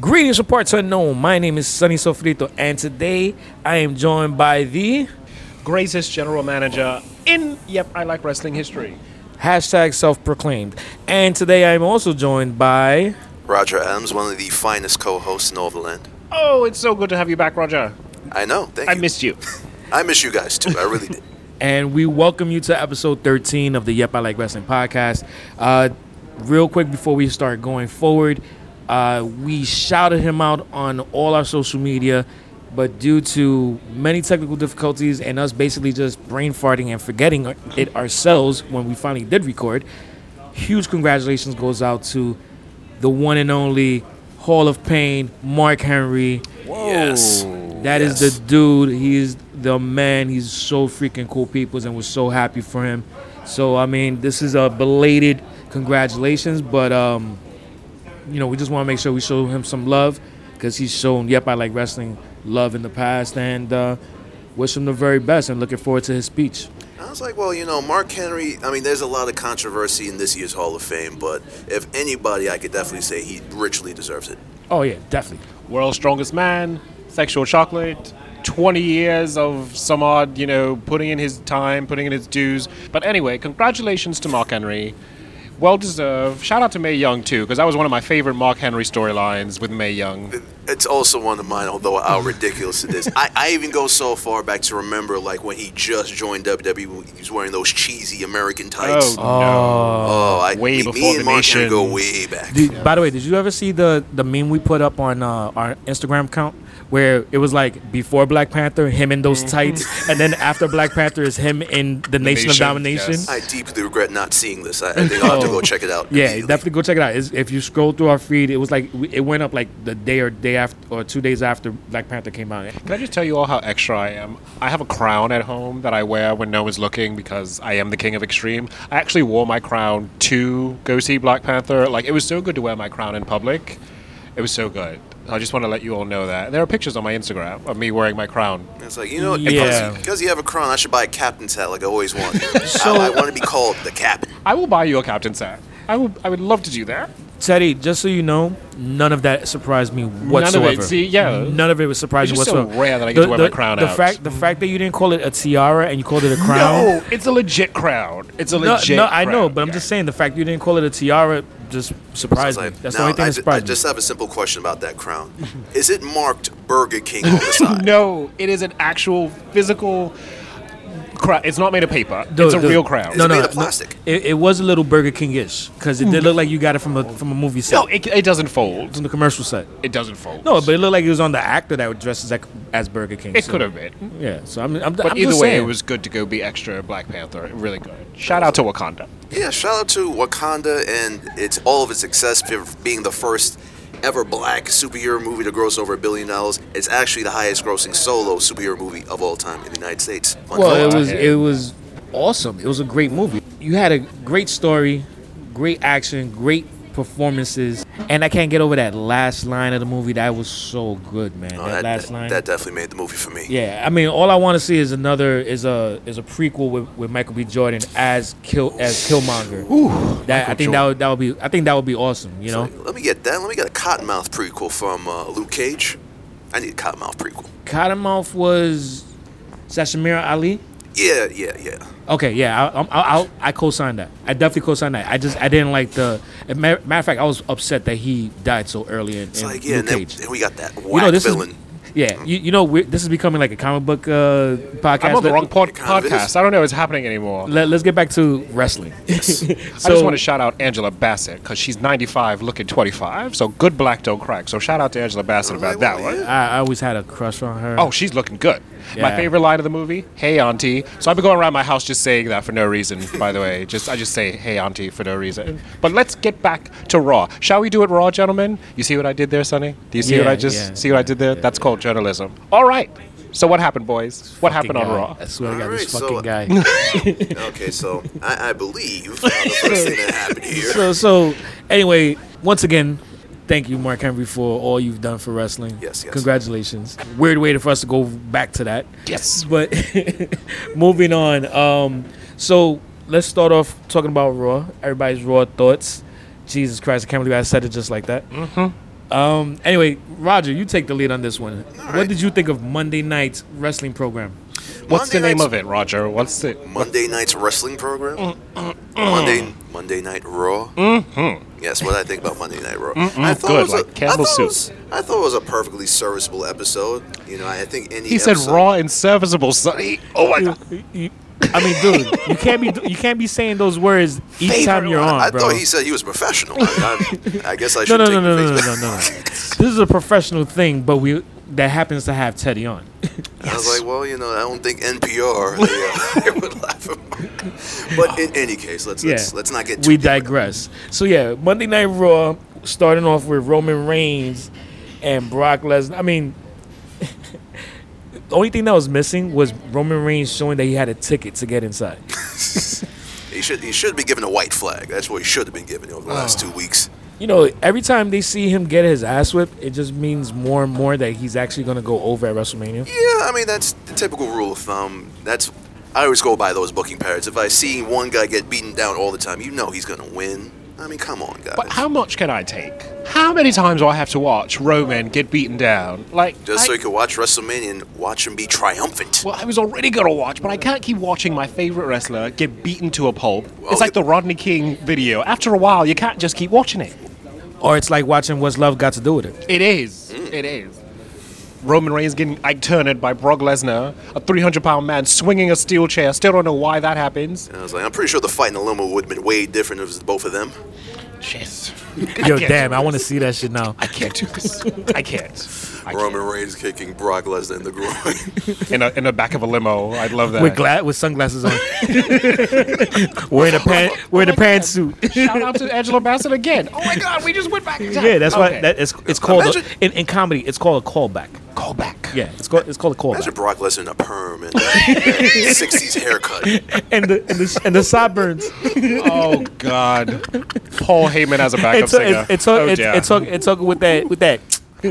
Greetings from parts unknown. My name is Sunny Sofrito, and today I am joined by the greatest general manager in Yep, I Like Wrestling history. hashtag self-proclaimed. And today I am also joined by Roger Adams, one of the finest co-hosts in all the land. Oh, it's so good to have you back, Roger. I know. Thank I you. missed you. I miss you guys too. I really did. and we welcome you to episode 13 of the Yep I Like Wrestling podcast. Uh, real quick before we start going forward, uh, we shouted him out on all our social media, but due to many technical difficulties and us basically just brain farting and forgetting it ourselves when we finally did record, huge congratulations goes out to the one and only Hall of Pain, Mark Henry. Yes. That is Yes. the dude. He's the man. He's so freaking cool, peoples, and we're so happy for him. So I mean, this is a belated congratulations, but um, you know, we just want to make sure we show him some love because he's shown Yep I Like Wrestling love in the past, and uh, wish him the very best. And looking forward to his speech. I was like, well, you know, Mark Henry. I mean, there's a lot of controversy in this year's Hall of Fame, but if anybody, I could definitely say he richly deserves it. Oh yeah, definitely. World's strongest man, sexual chocolate, 20 years of some odd, you know, putting in his time, putting in his dues. But anyway, congratulations to Mark Henry. Well deserved. Shout out to May Young, too, because that was one of my favorite Mark Henry storylines with May Young. It's also one of mine, although how ridiculous it is. I, I even go so far back to remember, like, when he just joined WWE, he was wearing those cheesy American tights. Oh, no. Oh, I, way me, before me and the Mark nation. Henry go way back. Did, By the way, did you ever see the the meme we put up on uh, our Instagram account where it was like before Black Panther, him in those tights, and then after Black Panther is him in the, Nation, of Nation, Domination. yes. I deeply regret not seeing this. I, I think I'll have to Oh, go check it out. Yeah, immediately. definitely go check it out. It's, if you scroll through our feed, it was like we- it went up like the day or day after or two days after Black Panther came out. Can I just tell you all how extra I am? I have a crown at home that I wear when no one's looking because I am the king of extreme. I actually wore my crown to go see Black Panther. Like, it was so good to wear my crown in public. It was so good. I just want to let you all know that. There are pictures on my Instagram of me wearing my crown. It's like, you know, Yeah. because, because you have a crown, I should buy a captain's hat like I always want. I, I want to be called the captain. I will buy you a captain's hat. I, will, I would love to do that. Teddy, just so you know, none of that surprised me whatsoever. see, yeah. none of it was surprising It's just so whatsoever. rare that I get to wear my crown the out. Fact, the fact that you didn't call it a tiara and you called it a crown. No, it's a legit crown. It's a No, legit no, I know, crown, but I'm yeah. just saying the fact you didn't call it a tiara just surprised It's me. like, That's the now, only thing I, that ju- I surprised me. just have a simple question about that crown. Is it marked Burger King on the side? No, it is an actual physical crown. It's not made of paper. Dude, it's a dude, real crown. It's made of plastic. It, it was a little Burger King-ish because it did look like you got it from a from a movie set, No, it, it doesn't fold. from the commercial set. It doesn't fold. No, but it looked like it was on the actor that dresses like, as Burger King. it so- could have been. Yeah, so I'm. I'm But I'm either just way, saying. it was good to go be extra Black Panther. Really good. Shout out to Wakanda. Yeah, shout out to Wakanda and it's all of its success for being the first ever black superhero movie to gross over a billion dollars. It's actually the highest grossing solo superhero movie of all time in the United States. Fun Well, fact. it was yeah. it was awesome. It was a great movie. You had a great story, great action, great performances, and I can't get over that last line of the movie. That was so good, man. No, that, Oh, that, last that- line. that definitely made the movie for me. yeah, I mean, all I want to see is another is a is a prequel with, with Michael B. Jordan as kill as Killmonger. that I think that would, that would be I think that would be awesome. You know, Let me get that. Let me get a Cottonmouth prequel from uh, Luke Cage. I need a Cottonmouth prequel. Cottonmouth was Sashmira Ali. Yeah, yeah, yeah. Okay, yeah, I, I, I, I co-signed that. I definitely co-signed that. I just I didn't like the. a ma- Matter of fact, I was upset that he died so early in, It's in like, yeah, Luke and then, Cage. then we got that you whack know this villain. is. Yeah, you, you know we're, this is becoming like a comic book uh, podcast. I'm on the Let- wrong pod- kind of podcast. is. I don't know what's happening anymore. Let, us get back to wrestling. I just want to shout out Angela Bassett because she's 95, looking 25. So good black don't crack. So shout out to Angela Bassett about that Oh, one. yeah. I, I always had a crush on her. Oh, she's looking good. Yeah. My favorite line of the movie, "Hey Auntie." So I've been going around my house just saying that for no reason. By the way, just I just say "Hey Auntie" for no reason. But let's get back to Raw. Shall we do it Raw, gentlemen? You see what I did there, Sonny? Do you see what Yeah, I just yeah, see what I did there? That's called journalism. All right. So what happened, boys? What happened on Fucking guy. Raw? I swear to God, this Alright, so- uh, fucking guy. Okay, so I, I believe uh, the first thing that happened here. so so anyway, once again, thank you, Mark Henry, for all you've done for wrestling. Yes, yes. Congratulations. Weird way to- for us to go back to that. Yes. But moving on. Um, so let's start off talking about Raw. Everybody's Raw thoughts. Jesus Christ, I can't believe I said it just like that. Mm-hmm. Um, anyway, Roger, you take the lead on this one. What right. did you think of Monday night's wrestling program? What's the Monday name night's- of it, Roger? What's it? Monday night's wrestling program. Monday Monday Night Raw. Mm-hmm. Yes, what I think about Monday Night Raw. Mm-hmm. I thought good, it was like a, Campbell I thought soup. it was- I thought it was a perfectly serviceable episode. You know, I think any He said episode- raw and serviceable, sonny. Oh my god. You- I mean, dude, you can't be you can't be saying those words each time you're on, I bro. thought he said he was professional. I, I guess I no, should no, take no, no, the no, no, face- no, no. This is a professional thing, but we that happens to have Teddy on. I was like, well, you know, I don't think NPR they, uh, would laugh at my- But in any case, let's let's, let's not get too we deep. digress. So yeah, Monday Night Raw starting off with Roman Reigns and Brock Lesnar. I mean, the only thing that was missing was Roman Reigns showing that he had a ticket to get inside. He should he should be given a white flag. That's what he should have been given over the Oh. last two weeks. You know, every time they see him get his ass whipped, it just means more and more that he's actually going to go over at WrestleMania. Yeah, I mean that's the typical rule of thumb. That's I always go by those booking patterns. If I see one guy get beaten down all the time, you know he's gonna win. I mean, come on, guys. But how much can I take? How many times do I have to watch Roman get beaten down? Like Just I, so you can watch WrestleMania and watch him be triumphant. Well, I was already gonna watch, but I can't keep watching my favorite wrestler get beaten to a pulp. Well, it's like it- the Rodney King video. After a while, you can't just keep watching it. Or it's like watching What's Love Got to Do with It. It is. It is. Roman Reigns getting Ike turned by Brock Lesnar, a 300 pound man swinging a steel chair. Still don't know why that happens. And I was like, I'm pretty sure the fight in the limo would have been way different if it was both of them. Yes. Yo, can't damn, do I want to see that shit now. I can't do this. I can't. I Roman Reigns kicking Brock Lesnar in the groin. can't. In, a, in the back of a limo. I'd love that. With glad with sunglasses on, wearing a pan, wearing a pantsuit. Shout out to Angela Bassett again. Oh my God, we just went back. in time. Yeah, that's why Okay. that is it's called a, Imagine- in, in comedy. It's called a callback. Call back. Yeah, it's called it's called a Imagine callback. Brock Lesnar in a perm and '60s haircut. And the and the, and the sideburns. Oh God. Paul Heyman as a backup It's singer. it's it's all- oh, it's dear. it's all- it's all with that with that.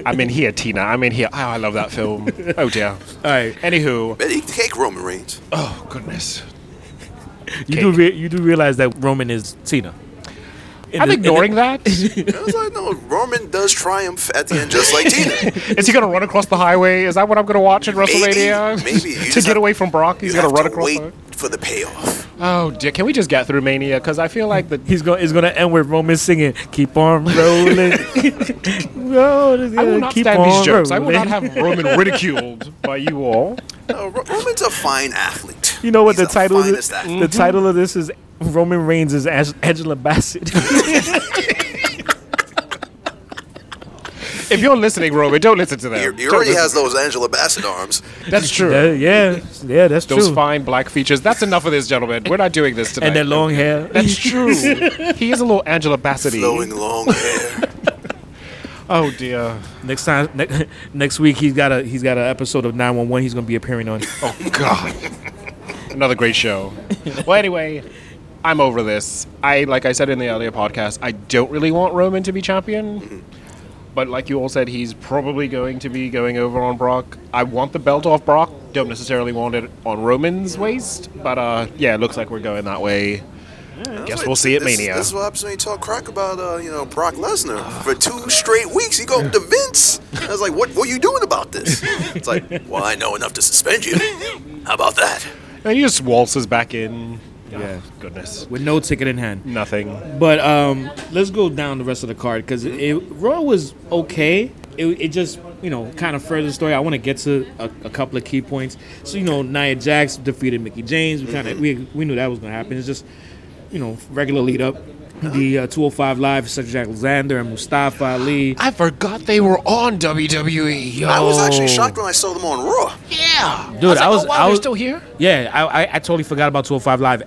I'm in here, Tina. I'm in here. Oh, I love that film. Oh dear. All right, Anywho. But he take Roman Reigns. Oh goodness. you do re- you do realize that Roman is Tina. In I'm the- in the- ignoring that. Is I was like, no, Roman does triumph at the end, just like Tina. he gonna run across the highway? Is that what I'm gonna watch at WrestleMania? maybe. You to just get have- away from Brock, he's You gonna have run to across. wait The... for the payoff. Oh dear. Can we just get through Mania? Because I feel like the. He's going. It's going to end with Roman singing, "Keep on rolling." Roll, I will not keep stand on these jokes. I will rolling. not have Roman ridiculed by you all. No, Ro- Roman's a fine athlete. You know what He's the title of finest this, athlete. the title of this is Roman Reigns is Ang- Angela Bassett. If you're listening, Roman, don't listen to them. He, he Don't already listen. has those Angela Bassett arms. That's true. yeah, yeah, yeah, that's Those true. fine black features. That's enough of this, gentlemen. We're not doing this tonight. and that long hair. That's true. he is a little Angela Bassett. Flowing long hair. Oh dear. next time, ne- next week he's got a he's got an episode of Nine One One. He's going to be appearing on. Oh god. Another great show. Well, anyway, I'm over this. I like I said in the earlier podcast, I don't really want Roman to be champion. But like you all said, he's probably going to be going over on Brock. I want the belt off Brock. Don't necessarily want it on Roman's waist. But uh, yeah, it looks like we're going that way. Guess we'll see at This- Mania. This is what happens when you talk crack about, uh, you know, Brock Lesnar. For two straight weeks, he go up to Vince. I was like, what, what are you doing about this? It's like, well, I know enough to suspend you. How about that? And he just waltzes back in. Yeah. goodness. With no ticket in hand. Nothing. But um, let's go down the rest of the card because it, it, Raw was okay. It, it just you know kind of further the story. I want to get to a, a couple of key points. So you know Nia Jax defeated Mickey James. We kind of we, we knew that was going to happen. It's just you know regular lead up. The uh, 205 Live, such Alexander and Mustafa Ali. I forgot they were on E. WWE. Yo. I was Oh. actually shocked when I saw them on Raw. Yeah. Dude, I was- oh, wow, I they're was- still here. Yeah, I, I, I totally forgot about 205 Live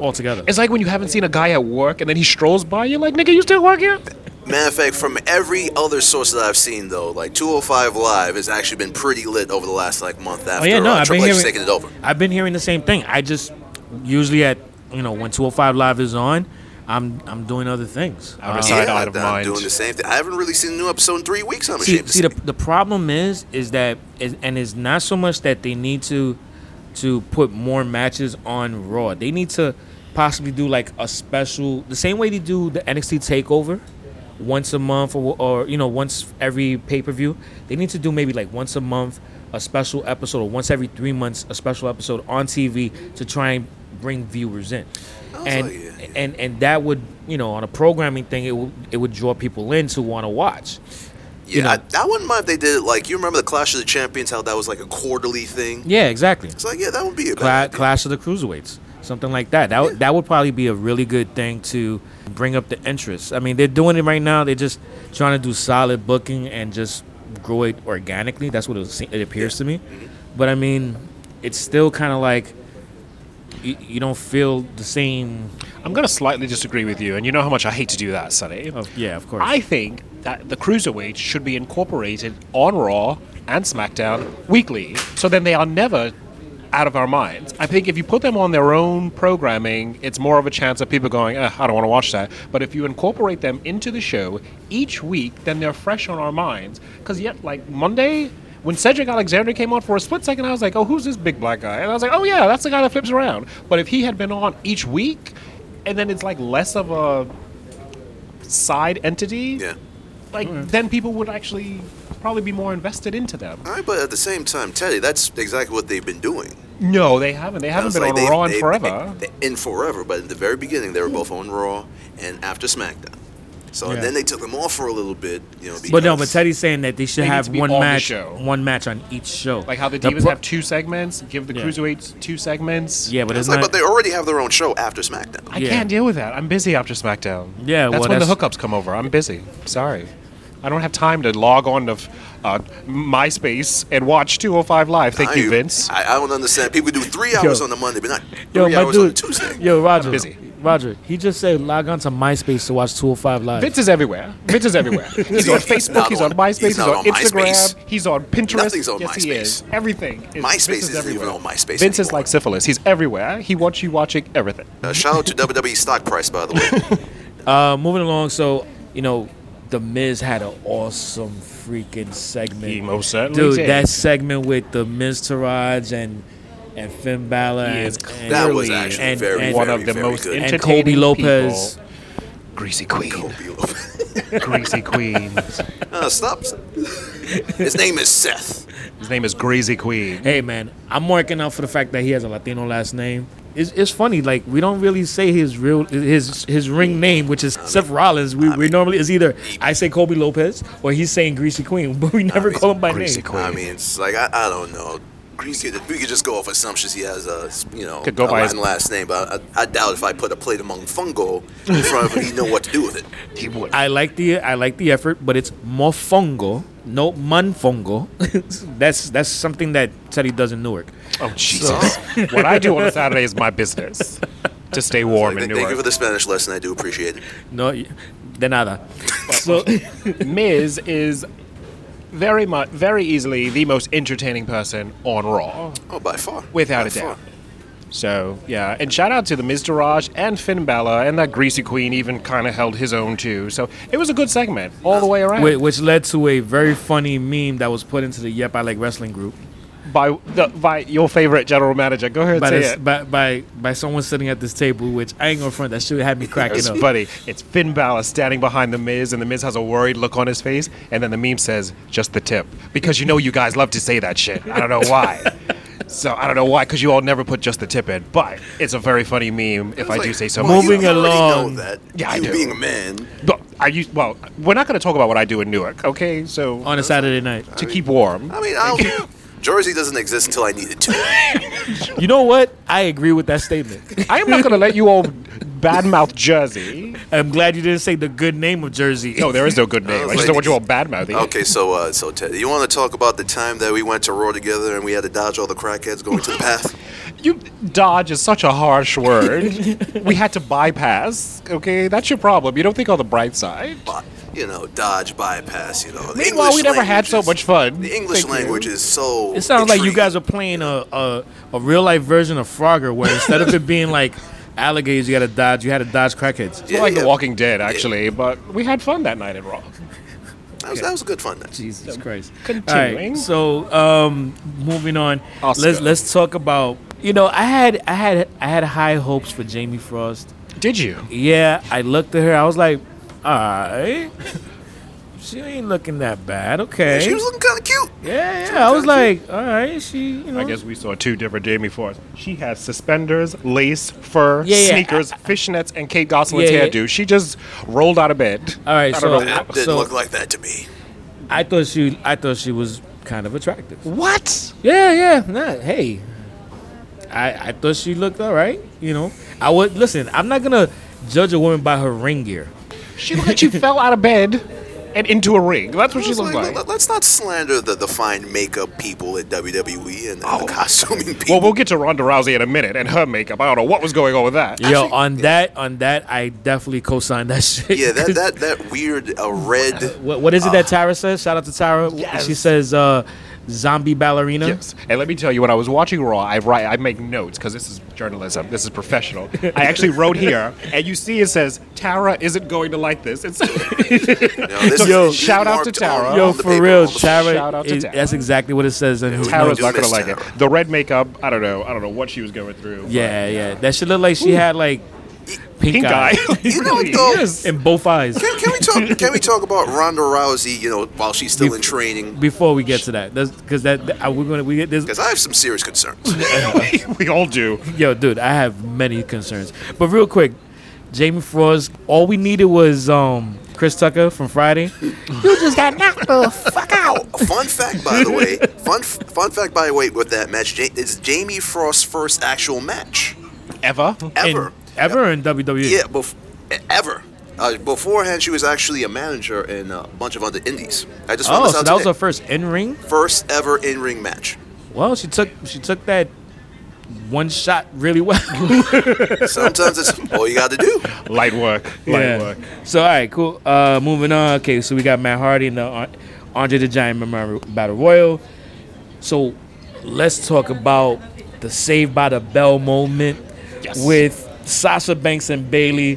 altogether. It's like when you haven't seen a guy at work and then he strolls by, you're like, nigga, you still work here? Matter of fact, from every other source that I've seen, though, like 205 Live has actually been pretty lit over the last like month after Oh, yeah, no, uh, I've been Triple H hearing- taking it over. I've been hearing the same thing. I just usually at you know when 205 Live is on, I'm I'm doing other things. I would Um, assign Side eye of I'm mind. doing the same thing. I haven't really seen a new episode in three weeks. I'm see, ashamed see to the, say. the problem is is that is, and it's not so much that they need to to put more matches on raw they need to possibly do like a special the same way they do the nxt takeover once a month or, or you know once every pay per view. They need to do maybe like once a month a special episode or once every three months a special episode on TV to try and bring viewers in. Sounds And, like it, yeah. and and that would you know on a programming thing it would it would draw people in to want to watch. Yeah, I, I wouldn't mind if they did it like you remember the Clash of the Champions, how that was like a quarterly thing. Yeah, exactly. It's like yeah, that would be a Cla- bad idea. Clash of the Cruiserweights, something like that. That would that would probably be a really good thing to bring up the interest. I mean, they're doing it right now. They're just trying to do solid booking and just grow it organically. That's what it, se- it appears to me. Mm-hmm. But I mean, it's still kind of like you, you don't feel the same. I'm going to slightly disagree with you, and you know how much I hate to do that, Sonny. Oh, yeah, of course. I think that the cruiserweight should be incorporated on Raw and SmackDown weekly, so then they are never out of our minds. I think if you put them on their own programming, it's more of a chance of people going, eh, I don't want to watch that. But if you incorporate them into the show each week, then they're fresh on our minds. Because yet, like Monday. When Cedric Alexander came on for a split second, I was like, "Oh, who's this big black guy?" And I was like, "Oh yeah, that's the guy that flips around." But if he had been on each week, and then it's like less of a side entity, yeah. like then people would actually probably be more invested into them. All right, but at the same time, Teddy, that's exactly what they've been doing. No, they haven't. They haven't It's been like on they've- Raw in they've- forever. they- in forever, but in the very beginning, they were both on Raw and after SmackDown. So Yeah. and then they took them off for a little bit, you know. Because, but no, but Teddy's saying that they should They need have to be one on the match, show. one match on each show. like how the Divas pro- have two segments, give the Yeah. Cruiserweights two segments. Yeah, but It's it's like, not. but they already have their own show after SmackDown. I Yeah. can't deal with that. I'm busy after SmackDown. Yeah, that's well, when the that's- hookups come over. I'm busy. Sorry, I don't have time to log on to uh, MySpace and watch 205 Live. Thank I- you, Vince. I, I don't understand. People do three hours on the Monday, but not three hours on the Tuesday. Yo, Roger. busy. Roger, he just said log on to MySpace to watch 205 Live. Vince is everywhere. Vince is everywhere. He's on He's not Facebook. He's on on- MySpace. he's He's, not on, on Instagram. MySpace. He's on Pinterest. Nothing's on yes, he MySpace. is. Everything. Is, MySpace Vince is isn't everywhere. even on MySpace Vince is anymore. like syphilis. He's everywhere. He wants you watching everything. Uh, shout out to WWE stock price, by the way. Uh, moving along, so you know, the Miz had an awesome freaking segment. He most certainly Dude, did. that segment with the Miz Taraj and and Finn Balor He is and, and, That was Clearly, actually and- very, and- One very, of the very most good. and entertaining Kobe Lopez. people. Greasy Queen. Kobe Lopez. Greasy Queen. Uh, stop. His name is Seth. His name is Greasy Queen. Hey man, I'm working out for the fact that he has a Latino last name. It's, it's funny, like we don't really say his real his his ring name, which is Seth Rollins. We, we normally is either I say Kobe Lopez or he's saying Greasy Queen, but we never mean, call him by Greasy name. Queen. I mean, it's like I, I don't know. Greasy. We could just go off assumptions. He has a you know Could go a by Latin his- last name, but I, I doubt if I put a plate among fungo in front of him, he'd know what to do with it. He would. I like the I like the effort, but it's mofongo, no manfongo. that's that's something that Teddy does in Newark. oh, Jesus. what I do on a Saturday is my business. To stay warm Th- in thank you for Newark. the Spanish lesson. I do appreciate it. No, y- de nada. So Miz is very much, very easily the most entertaining person on Raw. Oh, by far, Without By a doubt. far. So yeah, and shout out to the Miz Taraj and Finn Balor, and that Greasy Queen even kind of held his own too. So it was a good segment all the way around. whi- which led to a very funny meme that was put into the Yep I Like Wrestling group By the, by your favorite general manager, go ahead and by say this, it. by, by by someone sitting at this table, which I ain't gonna front. That shit had me cracking It's up. funny. It's Finn Balor standing behind the Miz, and the Miz has a worried look on his face, and then the meme says, "Just the tip," because you know you guys love to say that shit. I don't know why. so I don't know why, because you all never put just the tip in. But it's a very funny meme, if I do say so. well, myself. Moving you already along. Know that. Yeah, I you do. being a man. But I use well. We're not going to talk about what I do in Newark, okay? So on a Saturday night. to keep warm, I mean, I don't. Jersey doesn't exist until I need it to. You know what? I agree with that statement. I am not going to let you all badmouth Jersey. I'm glad you didn't say the good name of Jersey. No, there is no good name. I, was just like- don't want you all badmouthing. Okay, so uh, so Ted, you want to talk about the time that we went to Raw together and we had to dodge all the crackheads going to the path? You dodge is such a harsh word. we had to bypass. Okay, that's your problem. You don't think on the bright side. But, you know, dodge, bypass. You know. The Meanwhile, we English never had language so is- much fun. The English Thank you. language is so. It sounds like you intriguing. guys are playing a, a, a real life version of Frogger, where instead of it being like alligators, you got to dodge. You had to dodge crackheads. It's not Yeah, like yeah. The Walking Dead, actually, but we had fun that night in Raw. That was, that was a good fun night. Jesus Christ. continuing. so um, moving on. Oscar. Let's let's talk about. You know, I had I had I had high hopes for Jamie Frost. Did you? Yeah, I looked at her. I was like, alright. she ain't looking that bad. Okay. She was looking kind of cute. yeah, she yeah. I was was kinda like, all right. She, you know. I guess we saw two different Jamie Fords. She has suspenders, lace, fur, Yeah, yeah, sneakers, fishnets, and Kate Gosselin's Yeah, yeah. hairdo. She just rolled out of bed. All right, I so- don't know. That didn't So- look like that to me. I thought she. I thought she was kind of attractive. What? Yeah, yeah. Nah, hey, I I thought she looked all right. You know, I would listen. I'm not gonna judge a woman by her ring gear. She looked like she fell out of bed and into a ring. That's what she looked like. Let- Let's not slander the, the fine makeup people at WWE and, Oh. and the costuming people. Well, we'll get to Ronda Rousey in a minute and her makeup. I don't know what was going on with that. Yo, on that, on that, I definitely co-signed that shit. yeah, 'cause that, that, that weird uh, red. What, what is it that Tyra says? Shout out to Tyra. Yes. She says, uh, "Zombie ballerina." Yes. And let me tell you, when I was watching Raw, I write, I make notes because this is journalism. This is professional. I actually wrote here, and you see it says Tara isn't going to like this. It's You know, this Yo, is shout out to marked Tara. on- Yo, Yo, on the for paper, real, on the- Shout Tyra. out to is- Tara's that's exactly what it says. And Tara's do not going to miss like Tara. it. The red makeup, I don't know. I don't know what she was going through. yeah, yeah, that should look like she had like pink, Pink eye. You know what, Really? though? eyes in both eyes. Can, can we talk? Can we talk about Ronda Rousey? You know, while she's still in training, Before we get to that, because that, that I- we're gonna we get this. because I have some serious concerns. we all do. Yo, dude, I have many concerns. But real quick, Jamie Frost, all we needed was um Chris Tucker from Friday. you just got knocked the fuck out. fun fact, by the way. Fun f- fun fact, by the way, with that match, ja- it's Jamie Frost's first actual match Ever? ever. In, ever in E. WWE. yeah, bef- ever. Uh, beforehand, she was actually a manager in a bunch of other indies. I just found Oh, this so out that was today. her first in ring. first ever in ring match. Well, she took she took that one shot really well. Sometimes it's all you got to do. Light work. Light work. So all right, cool. Uh, moving on. Okay, so we got Matt Hardy and the Ar- Andre the Giant Memorial Battle Royal. So let's talk about the Saved by the Bell moment Yes. with Sasha Banks and Bailey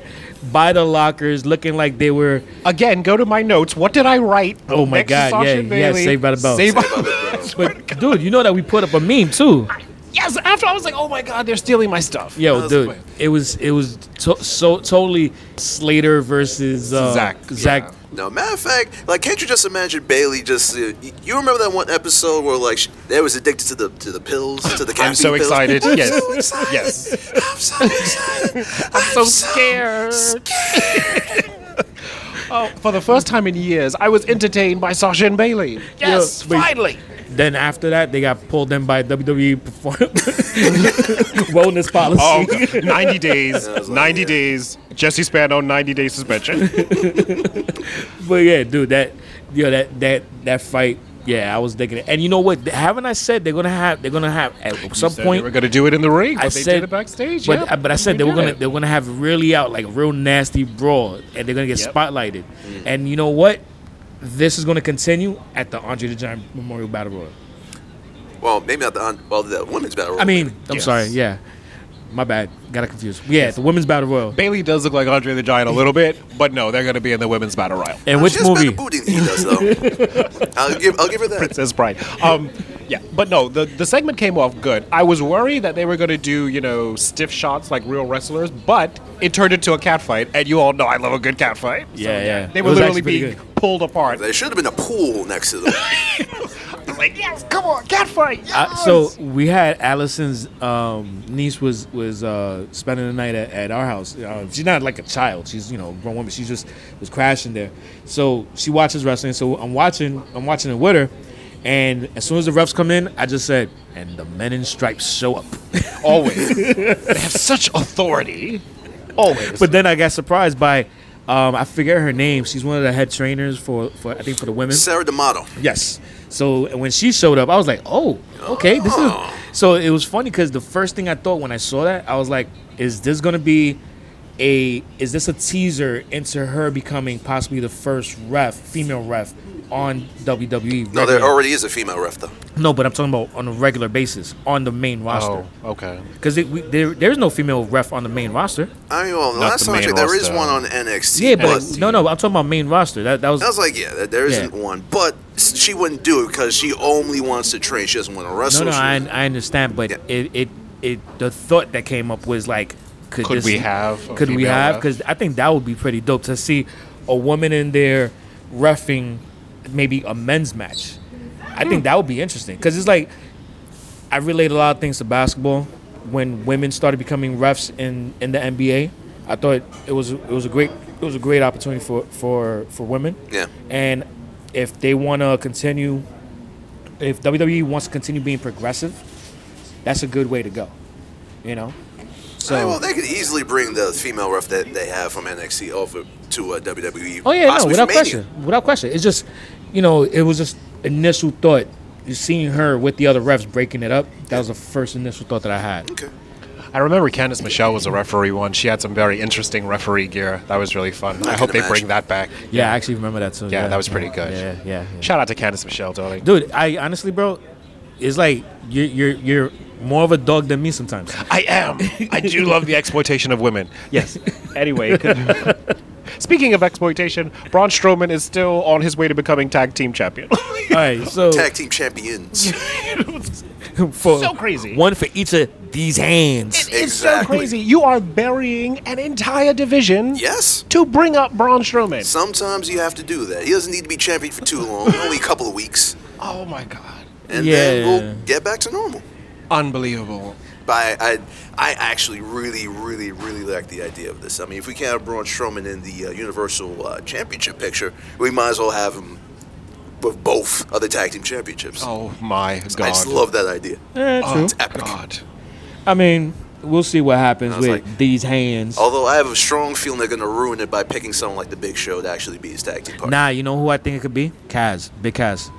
by the lockers, looking like they were. Again, go to my notes. What did I write? Oh my Next to God, Sasha yeah, yeah, Bailey. Saved by the Bell. Saved by- But dude, you know that we put up a meme too. yes, after I was like, oh my God, they're stealing my stuff. I Yo, was dude, like, it was it was to- so totally Slater versus uh, Zack, Zach. yeah. No, matter of fact, like, can't you just imagine Bailey just? Uh, y- you remember that one episode where like she, they was addicted to the to the pills, to the caffeine I'm so pills? excited. I'm Yes. so excited. Yes. I'm so excited. I'm so scared. oh, for the first time in years, I was entertained by Sasha and Bailey. Yes, but- finally. Then after that, they got pulled in by WWE perform- wellness policy. Oh, 90 days. was like, 90 yeah. days. Jesse Spano, 90 day suspension. But yeah, dude, that yo that that that fight. Yeah, I was thinking, and you know what? Haven't I said they're gonna have? They're gonna have at some point. we're going to do it in the ring. But I they said- did it backstage. but, uh, yeah. but I said they were did gonna it. they were gonna have really out like a real nasty brawl, and they're gonna get Yep. Mm. spotlighted. And you know what? This is gonna continue at the Andre the Giant Memorial Battle Royal. Well, maybe not the un- well the women's battle. royal. I mean, I'm Yes. sorry, yeah, my bad, got confused. Yeah, the women's battle royal. Bailey does look like Andre the Giant a little bit, but no, they're going to be in the women's battle royal. And which she has movie? better booty than he does, though. I'll give I'll give her that. Princess Bride. Um, yeah, but no, the, the segment came off good. I was worried that they were going to do, you know, stiff shots like real wrestlers, but it turned into a cat fight, and you all know I love a good cat fight. So, Yeah, yeah. They It were was actually literally pretty being good. pulled apart. There should have been a pool next to them. Like, yes, come on, cat fight. Uh, yes!" so we had Allison's um, niece was was uh, spending the night at, at our house. Uh, she's not like a child; she's you know a grown woman. She just was crashing there. So she watches wrestling. So I'm watching I'm watching it with her, and as soon as the refs come in, I just said, "And the men in stripes show up." always they have such authority. Always, but then I got surprised by um, I forget her name. She's one of the head trainers for, for I think for the women. Sarah D'Amato. Yes. So when she showed up, I was like, "Oh, okay, this is." So it was funny because the first thing I thought when I saw that, I was like, "Is this going to be a? Is this a teaser into her becoming possibly the first ref, female ref, on WWE?" No, there regular- already is a female ref though. no, but I'm talking about on a regular basis on the main roster oh, okay. because there there's no female ref on the main roster. I mean, well, the Not last the time I main checked, there is roster. one on NXT. Yeah, but NXT. no, no, I'm talking about main roster. That that was I was like, yeah, there- there isn't Yeah. one. But s- she wouldn't do it because she only wants to train. She doesn't want to no, wrestle. no. She- I, I understand, but Yeah. it, it it the thought that came up was like, could, Could this- we have a Could we female have? ref? Because I think that would be pretty dope to see a woman in there refing maybe a men's match. I think that would be interesting because it's like I relate a lot of things to basketball. When women started becoming refs in, in the NBA, I thought it was it was a great it was a great opportunity for for, for women. Yeah. And if they want to continue, if WWE wants to continue being progressive, that's a good way to go. You know. So. Hey, well, they could easily bring the female ref that they have from NXT over to uh, WWE. Oh yeah, no, possibly for without Mania. question, without question. It's just, you know, it was just initial thought. Seeing her with the other refs breaking it up, that was the first initial thought that I had. Okay. I remember Candice Michelle was a referee once. She had some very interesting referee gear. That was really fun. I, can hope they imagine. bring that back. Yeah, I actually remember that too. Yeah, that was pretty good. Yeah, yeah. yeah. Shout out to Candice Michelle, darling. Dude, I honestly, bro, it's like you're you're you're more of a dog than me sometimes. I am. I do love the exploitation of women. Yes. Anyway. con- Speaking of exploitation, Braun Strowman is still on his way to becoming tag team champion. All right, so Tag team champions. for so crazy. One for each of these hands. It's so Exactly. crazy. You are burying an entire division yes. to bring up Braun Strowman. Sometimes you have to do that. He doesn't need to be champion for too long, only a couple of weeks, Oh my god. and Yeah. then we'll get back to normal. Unbelievable. But I, I, I actually really, really, really like the idea of this. I mean, if we can't have Braun Strowman in the uh, Universal uh, Championship picture, we might as well have him with both other tag team championships. Oh my god. I just love that idea. Eh, Oh, true. It's epic. God. I mean, we'll see what happens I with was like- these hands. oh. Although I have a strong feeling they're going to ruin it by picking someone like the Big Show to actually be his tag team partner. Nah, you know who I think it could be? Kaz, Big Kaz.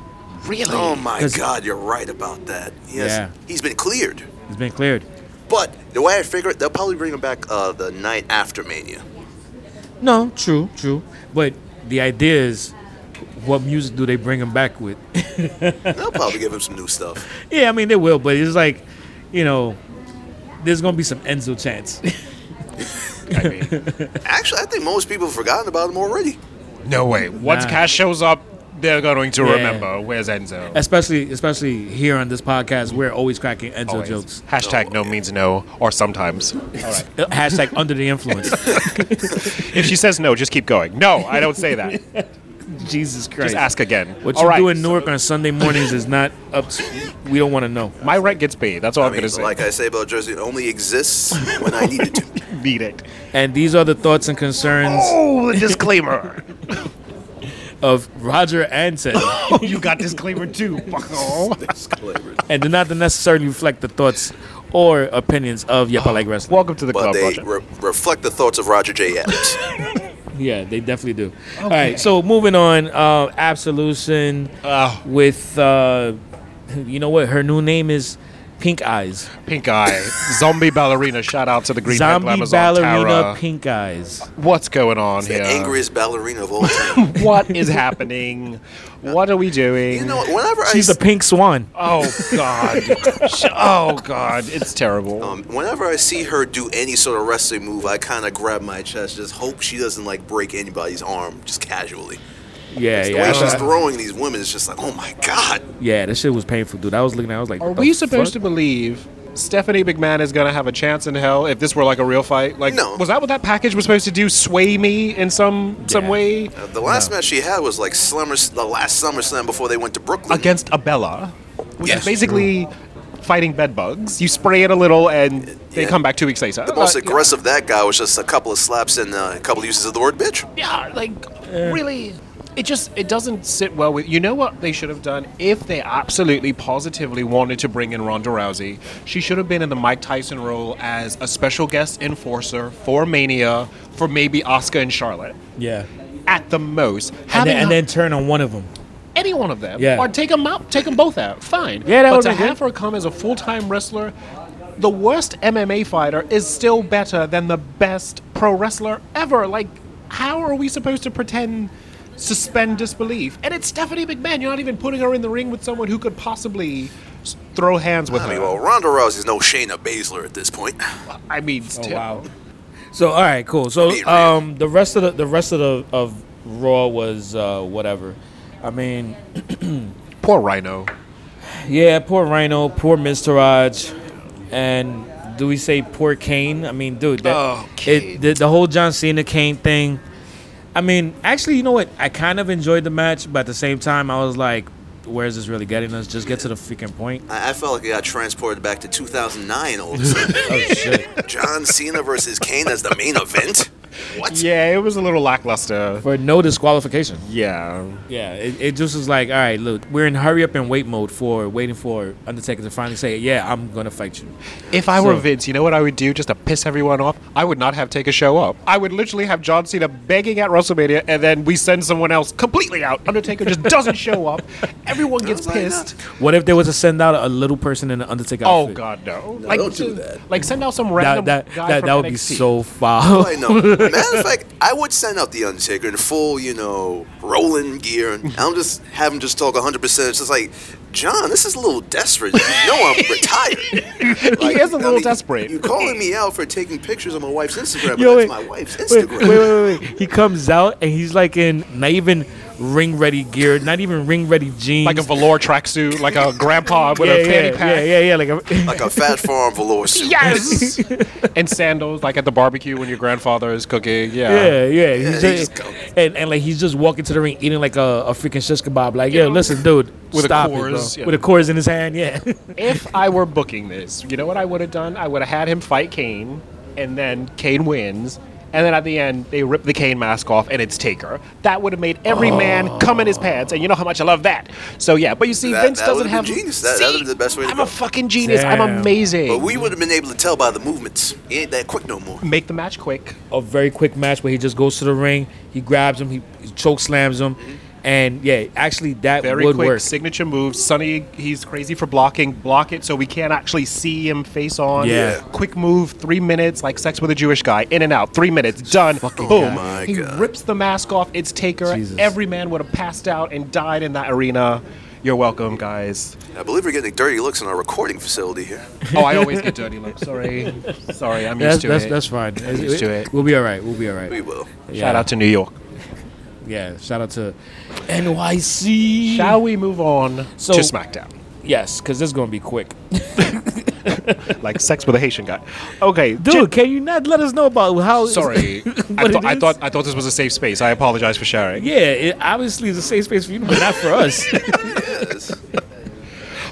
Really? Oh my 'Cause- God, you're right about that. Yes, Yeah. he's been cleared. It's been cleared. But the way I figure it, they'll probably bring him back uh, the night after Mania. No, true, true. But the idea is, what music do they bring him back with? They'll probably give him some new stuff. yeah, I mean they will, but it's like, you know, there's gonna be some Enzo chance. I mean, Actually, I think most people have forgotten about him already. no way. Once Nah. Cash shows up, they're going to Yeah. remember. Where's Enzo? especially, especially here on this podcast, we're always cracking Enzo Always. jokes. Hashtag no means no, or sometimes. All right. Uh, Hashtag under the influence. If she says no, just keep going. No, I don't say that. Jesus Christ! Just ask again. What All you right. do in Newark on Sunday mornings is not up. to We don't want to know. My rent gets paid. That's all I I am mean, going to say. like I say about Jersey, it only exists when I need it to. Beat it. And these are the thoughts and concerns Oh, the disclaimer. of Roger and Teddy, oh, you got disclaimer too, bucko. and do not necessarily reflect the thoughts or opinions of Yep I Like Wrestling. Welcome to the But club, they Roger. re- reflect the thoughts of Roger J. Adams. Yeah, they definitely do. All right, so moving on, uh, Absolution Oh. with uh, you know what? Her new name is Pink Eyes. Pink Eye, zombie ballerina. Shout out to the Green Panther Zombie Amazon ballerina Tara. Pink Eyes. What's going on The here? angriest ballerina of all time. What is happening? What are we doing? You know, what, whenever I She's a s- pink swan. oh God. Sh- oh God. It's terrible. um, whenever I see her do any sort of wrestling move, I kind of grab my chest, just hope she doesn't like break anybody's arm just casually. Yeah, The way yeah, she's I- throwing these women is just like, oh my god. yeah. That shit was painful, dude. I was looking at, it, I was like, Are we supposed to believe Stephanie McMahon is gonna have a chance in hell if this were like a real fight? Like, No. was that what that package was supposed to do? Sway me in some some Yeah. way Uh, The last match she had was like Summer, the last SummerSlam before they went to Brooklyn. against Abella, which Yes. is basically fighting bed bugs. You spray it a little, and they Yeah. come back two weeks later. Uh, The most Like, aggressive that guy was just a couple of slaps and uh, a couple of uses of the word bitch. yeah, like really. It just it doesn't sit well with you know what they should have done if they absolutely positively wanted to bring in Ronda Rousey she should have been in the Mike Tyson role as a special guest enforcer for Mania for maybe Oscar and Charlotte Yeah, at the most and then, Having and her- then turn on one of them. any one of them, Yeah. or take them out, take them both out. Fine. Yeah, that but would've to been good. have her come as a full-time wrestler, the worst MMA fighter is still better than the best pro wrestler ever. Like, how are we supposed to pretend? Suspend disbelief, and it's Stephanie McMahon. You're not even putting her in the ring with someone who could possibly s- throw hands with I her. mean, well, Ronda Rousey's no Shayna Baszler at this point. I mean, still- So all right, cool. So Be real. um, the rest of the the rest of the of Raw was uh, whatever. I mean, poor Rhino. yeah, poor Rhino, poor Mr. Raj, and do we say poor Kane? I mean, dude, that, Oh, it, the, the whole John Cena Kane thing. I mean, actually, you know what? I kind of enjoyed the match, but at the same time, I was like, where is this really getting us? Just get to the freaking point. I, I felt like I got transported back to 2009 all of a sudden. Oh, shit. John Cena versus Kane as the main event? What? Yeah, it was a little lackluster. For no disqualification. Yeah. Yeah, it, it just was like, all right, look, we're in hurry up and wait mode for waiting for Undertaker to finally say, yeah, I'm going to fight you. If I were So- Vince, you know what I would do just to piss everyone off? I would not have Taker show up. I would literally have John Cena begging at WrestleMania, and then we send someone else completely out. Undertaker just doesn't show up. Everyone gets I was like, pissed. What if there was a send out a little person in an Undertaker Oh outfit? God, no! No, like, don't do that. Like, send out some random That, that, guy that, from that would be NXT. so foul. I know. Matter of fact, I would send out the Undertaker in full, you know, rolling gear, and I'm just have him just talk 100. percent It's just like, John, this is a little desperate. You know, I'm retired. He is a little desperate. You calling me out for taking pictures on my wife's Instagram? Yo, but wait. that's my wife's Wait, Instagram. wait, wait, wait. He comes out and he's like in not even ring ready gear, not even ring ready jeans. Like a velour tracksuit, like a grandpa with yeah, a fanny yeah, pack. yeah, yeah, yeah, like a, Like a fat farm velour suit. Yes, and sandals, like at the barbecue when your grandfather is cooking. Yeah, yeah, yeah. Uh, Yeah, He's he just- just go- and, and like he's just walking to the ring eating like a, a freaking shish kebab. Like, yo, listen, dude, With a stop Coors, it, bro. yeah. With a Coors in his hand, yeah. If I were booking this, you know what I would have done? I would have had him fight Kane, and then Kane wins, and then at the end they rip the Kane mask off, and it's Taker. That would have made every man come in his pants, and you know how much I love that. So yeah, but you see, Oh. That- Vince that doesn't would've have been genius. That- that See? would've been the best way to I'm go. a fucking genius. I'm Damn. amazing. But we would have been able to tell by the movements. He ain't that quick no more. Make the match quick. a very quick match where he just goes to the ring, he grabs him, he, he choke slams him, and yeah, actually that Very would quick work. signature move. Sonny, he's crazy for blocking. Block it so we can't actually see him face on. Yeah. Yeah. Quick move, three minutes, like sex with a Jewish guy. In and out, three minutes, done. Boom. my he God. rips the mask off. It's Taker. Jesus. Every man would have passed out and died in that arena. You're welcome, guys. I believe we're getting dirty looks in our recording facility here. Oh, I always get dirty looks. Sorry. Sorry, I'm that's, used to that's, it. that's fine. It- used to it. We'll be all right. We'll be all We right. will. Yeah. Shout out to New York. yeah. Shout out to NYC. Shall we move on So- to SmackDown? yes, because this is gonna be quick. Like sex with a Haitian guy. Okay, Dude, can you not let us know about how? Sorry, I, What it thought I is? thought I thought this was a safe space. I apologize for sharing. Yeah, it obviously is a safe space for you, but not for us. Yes.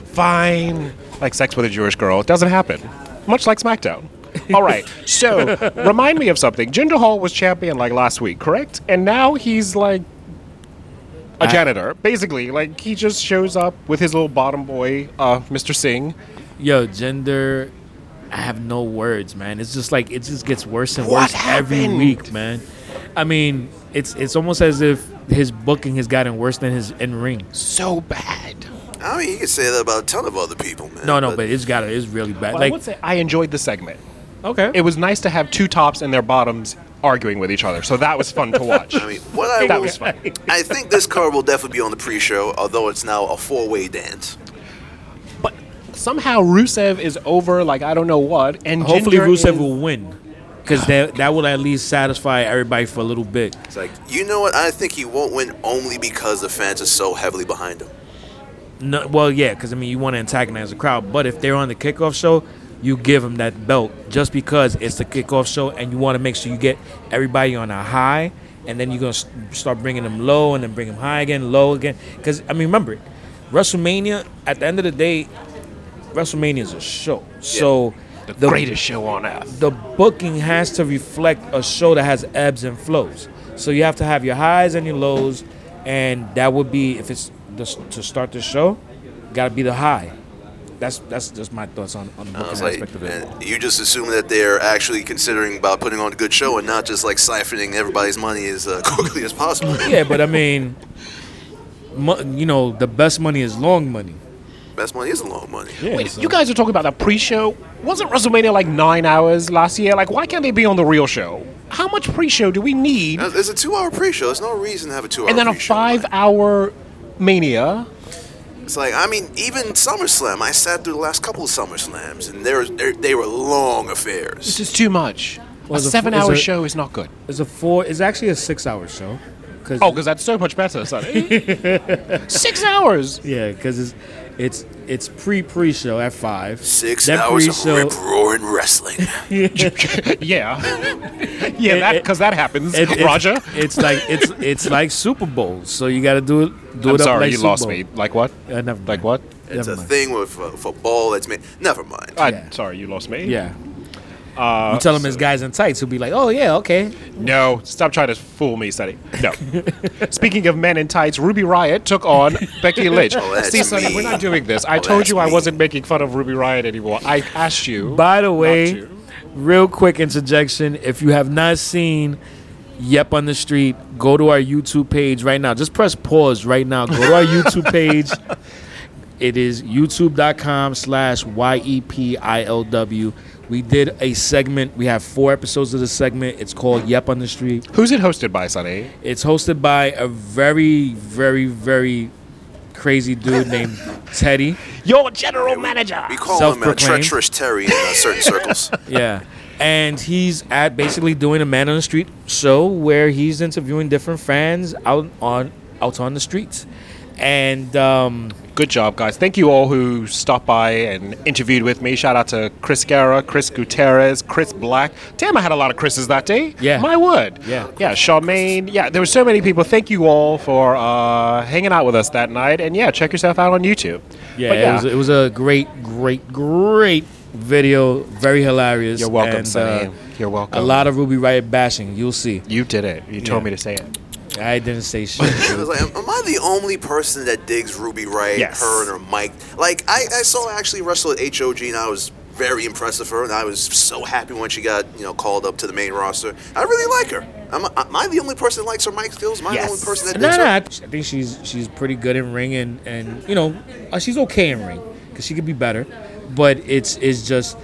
Fine, like sex with a Jewish girl. It doesn't happen. Much like SmackDown. All right. So remind me of something. Jinder Hall was champion like last week, correct? And now he's like a janitor, basically. Like he just shows up with his little bottom boy, uh, Mr. Singh. Yo, gender. I have no words, man. It's just like it just gets worse and What worse every happened? week, man. I mean, it's it's almost as if his booking has gotten worse than his in ring. So bad. I mean, you can say that about a ton of other people, man. No, no, but it's got it's really bad. Well, I Like would say I enjoyed the segment. okay, It was nice to have two tops and their bottoms arguing with each other. So that was fun to watch. I mean, what I that will- was fun. I think this card will definitely be on the pre-show, although it's now a four-way dance. But somehow Rusev is over, like I don't know what. And hopefully Jinder Rusev is- will win because that that will at least satisfy everybody for a little bit. It's like, you know what? I think he won't win only because the fans are so heavily behind him. No, well, yeah, because I mean, you want to antagonize the crowd, but if they're on the kickoff show, you give them that belt just because it's the kickoff show, and you want to make sure you get everybody on a high, and then you're gonna st- start bringing them low, and then bring them high again, low again. Because I mean, remember, WrestleMania. At the end of the day, WrestleMania is a show, so the, greatest show on earth. the booking has to reflect a show that has ebbs and flows. So you have to have your highs and your lows, and that would be if it's the, to start the show, got to be the high. That's that's just my thoughts on, on the I booking was Uh, like, aspect of it. man, you just assume that they're actually considering about putting on a good show and not just like siphoning everybody's money as uh, quickly as possible. Yeah, but I mean, mo- you know, the best money is long money. Best money is a long money. Yeah, Wait, so- you guys are talking about that pre-show. Wasn't WrestleMania like nine hours last year? Like, why can't they be on the real show? How much pre-show do we need? Now, It's a two-hour pre-show. There's no reason to have a two-hour. And then a pre-show. five-hour mania. It's like I mean, even SummerSlam. I sat through the last couple of SummerSlams, and there they they were long affairs. This is too much. Well, a is it- seven-hour is it- show is not good. It's a four. It's actually a six-hour show. Cause Oh, because that's so much better, Sonny. Six hours. Yeah, because it's It's it's pre pre show at five. Six That hours pre-show- of rip roaring wrestling. yeah, yeah, it- because that, happens, It- it's- Roger. It's like it's it's like Super Bowl. So you got to do it. Do I'm it up sorry, like you Super lost Bowl. me. Like what? Uh, never mind. Like what? it's Never a mind. thing with uh, football that's made. Never mind. i Yeah. sorry, you lost me. Yeah. Uh, you tell him his guys in tights, he'll be like, "Oh yeah, okay." No, stop trying to fool me, Sonny. No. Speaking of men in tights, Ruby Riot took on Becky Lynch. Oh, that's See, Sonny, mean. we're not doing this. I Oh, told that's you I mean. wasn't making fun of Ruby Riot anymore. I asked you. By the not way, to. real quick interjection: if you have not seen Yep on the Street, go to our YouTube page right now. Just press pause right now. Go to our YouTube page. It is youtube.com slash E YEPILW. We did a segment. We have four episodes of the segment. It's called Yep on the Street. who's it hosted by, Sonny? It's hosted by a very, very, very crazy dude named Teddy. Your general manager. We call him a Self-proclaimed. treacherous Terry in uh, certain circles. Yeah. And he's at basically doing a man on the street show where he's interviewing different fans out on out on the streets. And um, Good job, guys. Thank you all who stopped by and interviewed with me. Shout out to Chris Guerra, Chris Gutierrez, Chris Black. Damn, I had a lot of Chris's that day. Yeah. My word. Yeah. Yeah, Charmaine. Yeah, there were so many people. Thank you all for uh, hanging out with us that night. And yeah, check yourself out on YouTube. yeah, But It, was, it was a great, great, great video. Very hilarious. You're welcome, and, Sonny. uh, You're welcome. a lot of Ruby Riot bashing. You'll see. You did it. You told me to say it. I didn't say shit. I was like, am, am I the only person that digs Ruby Wright, Yes. her and her Mike? Like, I, I saw her actually wrestle at HOG, and I was very impressed with her, and I was so happy when she got you know called up to the main roster. I really like her. Am I, am I the only person that likes her Mike skills? Am I Yes. the only person that No, digs no, her? I th- I think she's she's pretty good in ring, and and you know uh, she's okay in ring because she could be better, but it's it's just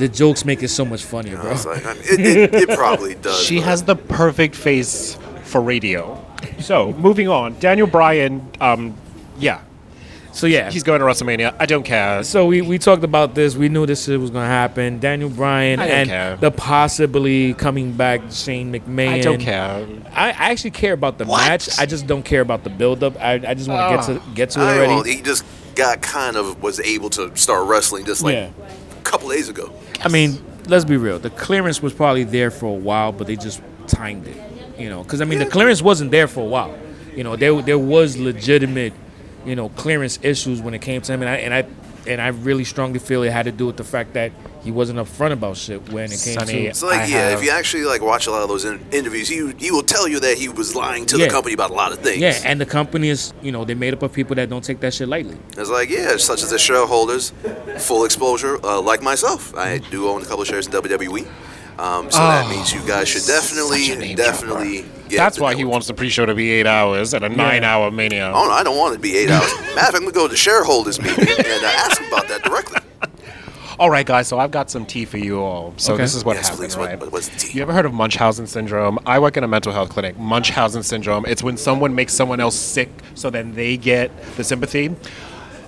the jokes make it so much funnier, I bro. was like, I mean, it, it, it probably does. She but- has the perfect face for radio. So, moving on. Daniel Bryan, um, yeah, So yeah, he's going to WrestleMania. I don't care. so we, we talked about this. We knew this shit was gonna happen. Daniel Bryan I don't and care. the possibly coming back Shane McMahon. I don't care. I, I actually care about the What? match. I just don't care about the build up. I, I just want to Ah. get to get to it I, already. well, he just got kind of was able to start wrestling just like Yeah. a couple days ago. I mean, let's be real. The clearance was probably there for a while, but they just timed it. You know, because I mean, the clearance wasn't there for a while. You know, there there was legitimate, you know, clearance issues when it came to him, and I and I and I really strongly feel it had to do with the fact that he wasn't upfront about shit when it came Sonny, to. So like, I yeah, have- if you actually like watch a lot of those in- interviews, he he will tell you that he was lying to Yeah. the company about a lot of things. Yeah, and the company is, you know, they're made up of people that don't take that shit lightly. It's like, yeah, such as the shareholders, full exposure, uh, like myself. I do own a couple of shares in WWE. Um, so Ah. that Oh, means you guys should such a definitely, name definitely get That's the why he network. wants the pre-show to be eight hours and a nine-hour mania. Oh, no, I don't want it to be eight hours. Matt, I'm going to go to the shareholders meeting and uh, ask about that directly. All right, guys. So I've got some tea for you all. So Okay. this is what Yes, happened, please, what- right? what- what's the tea? You ever heard of Munchausen syndrome? I work in a mental health clinic. Munchausen syndrome. It's when someone makes someone else sick, so then they get the sympathy.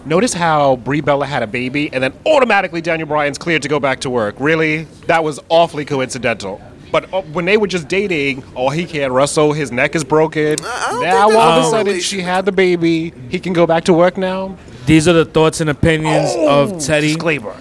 Notice how Brie Bella had a baby, and then automatically Daniel Bryan's cleared to go back to work. Really, that was awfully coincidental. But uh, when they were just dating, oh, he can't wrestle. His neck is broken. I- I don't Now think all of that's a a sudden, relation. she had the baby. He can go back to work now. These are the thoughts and opinions Oh, of Teddy. Disclaimer.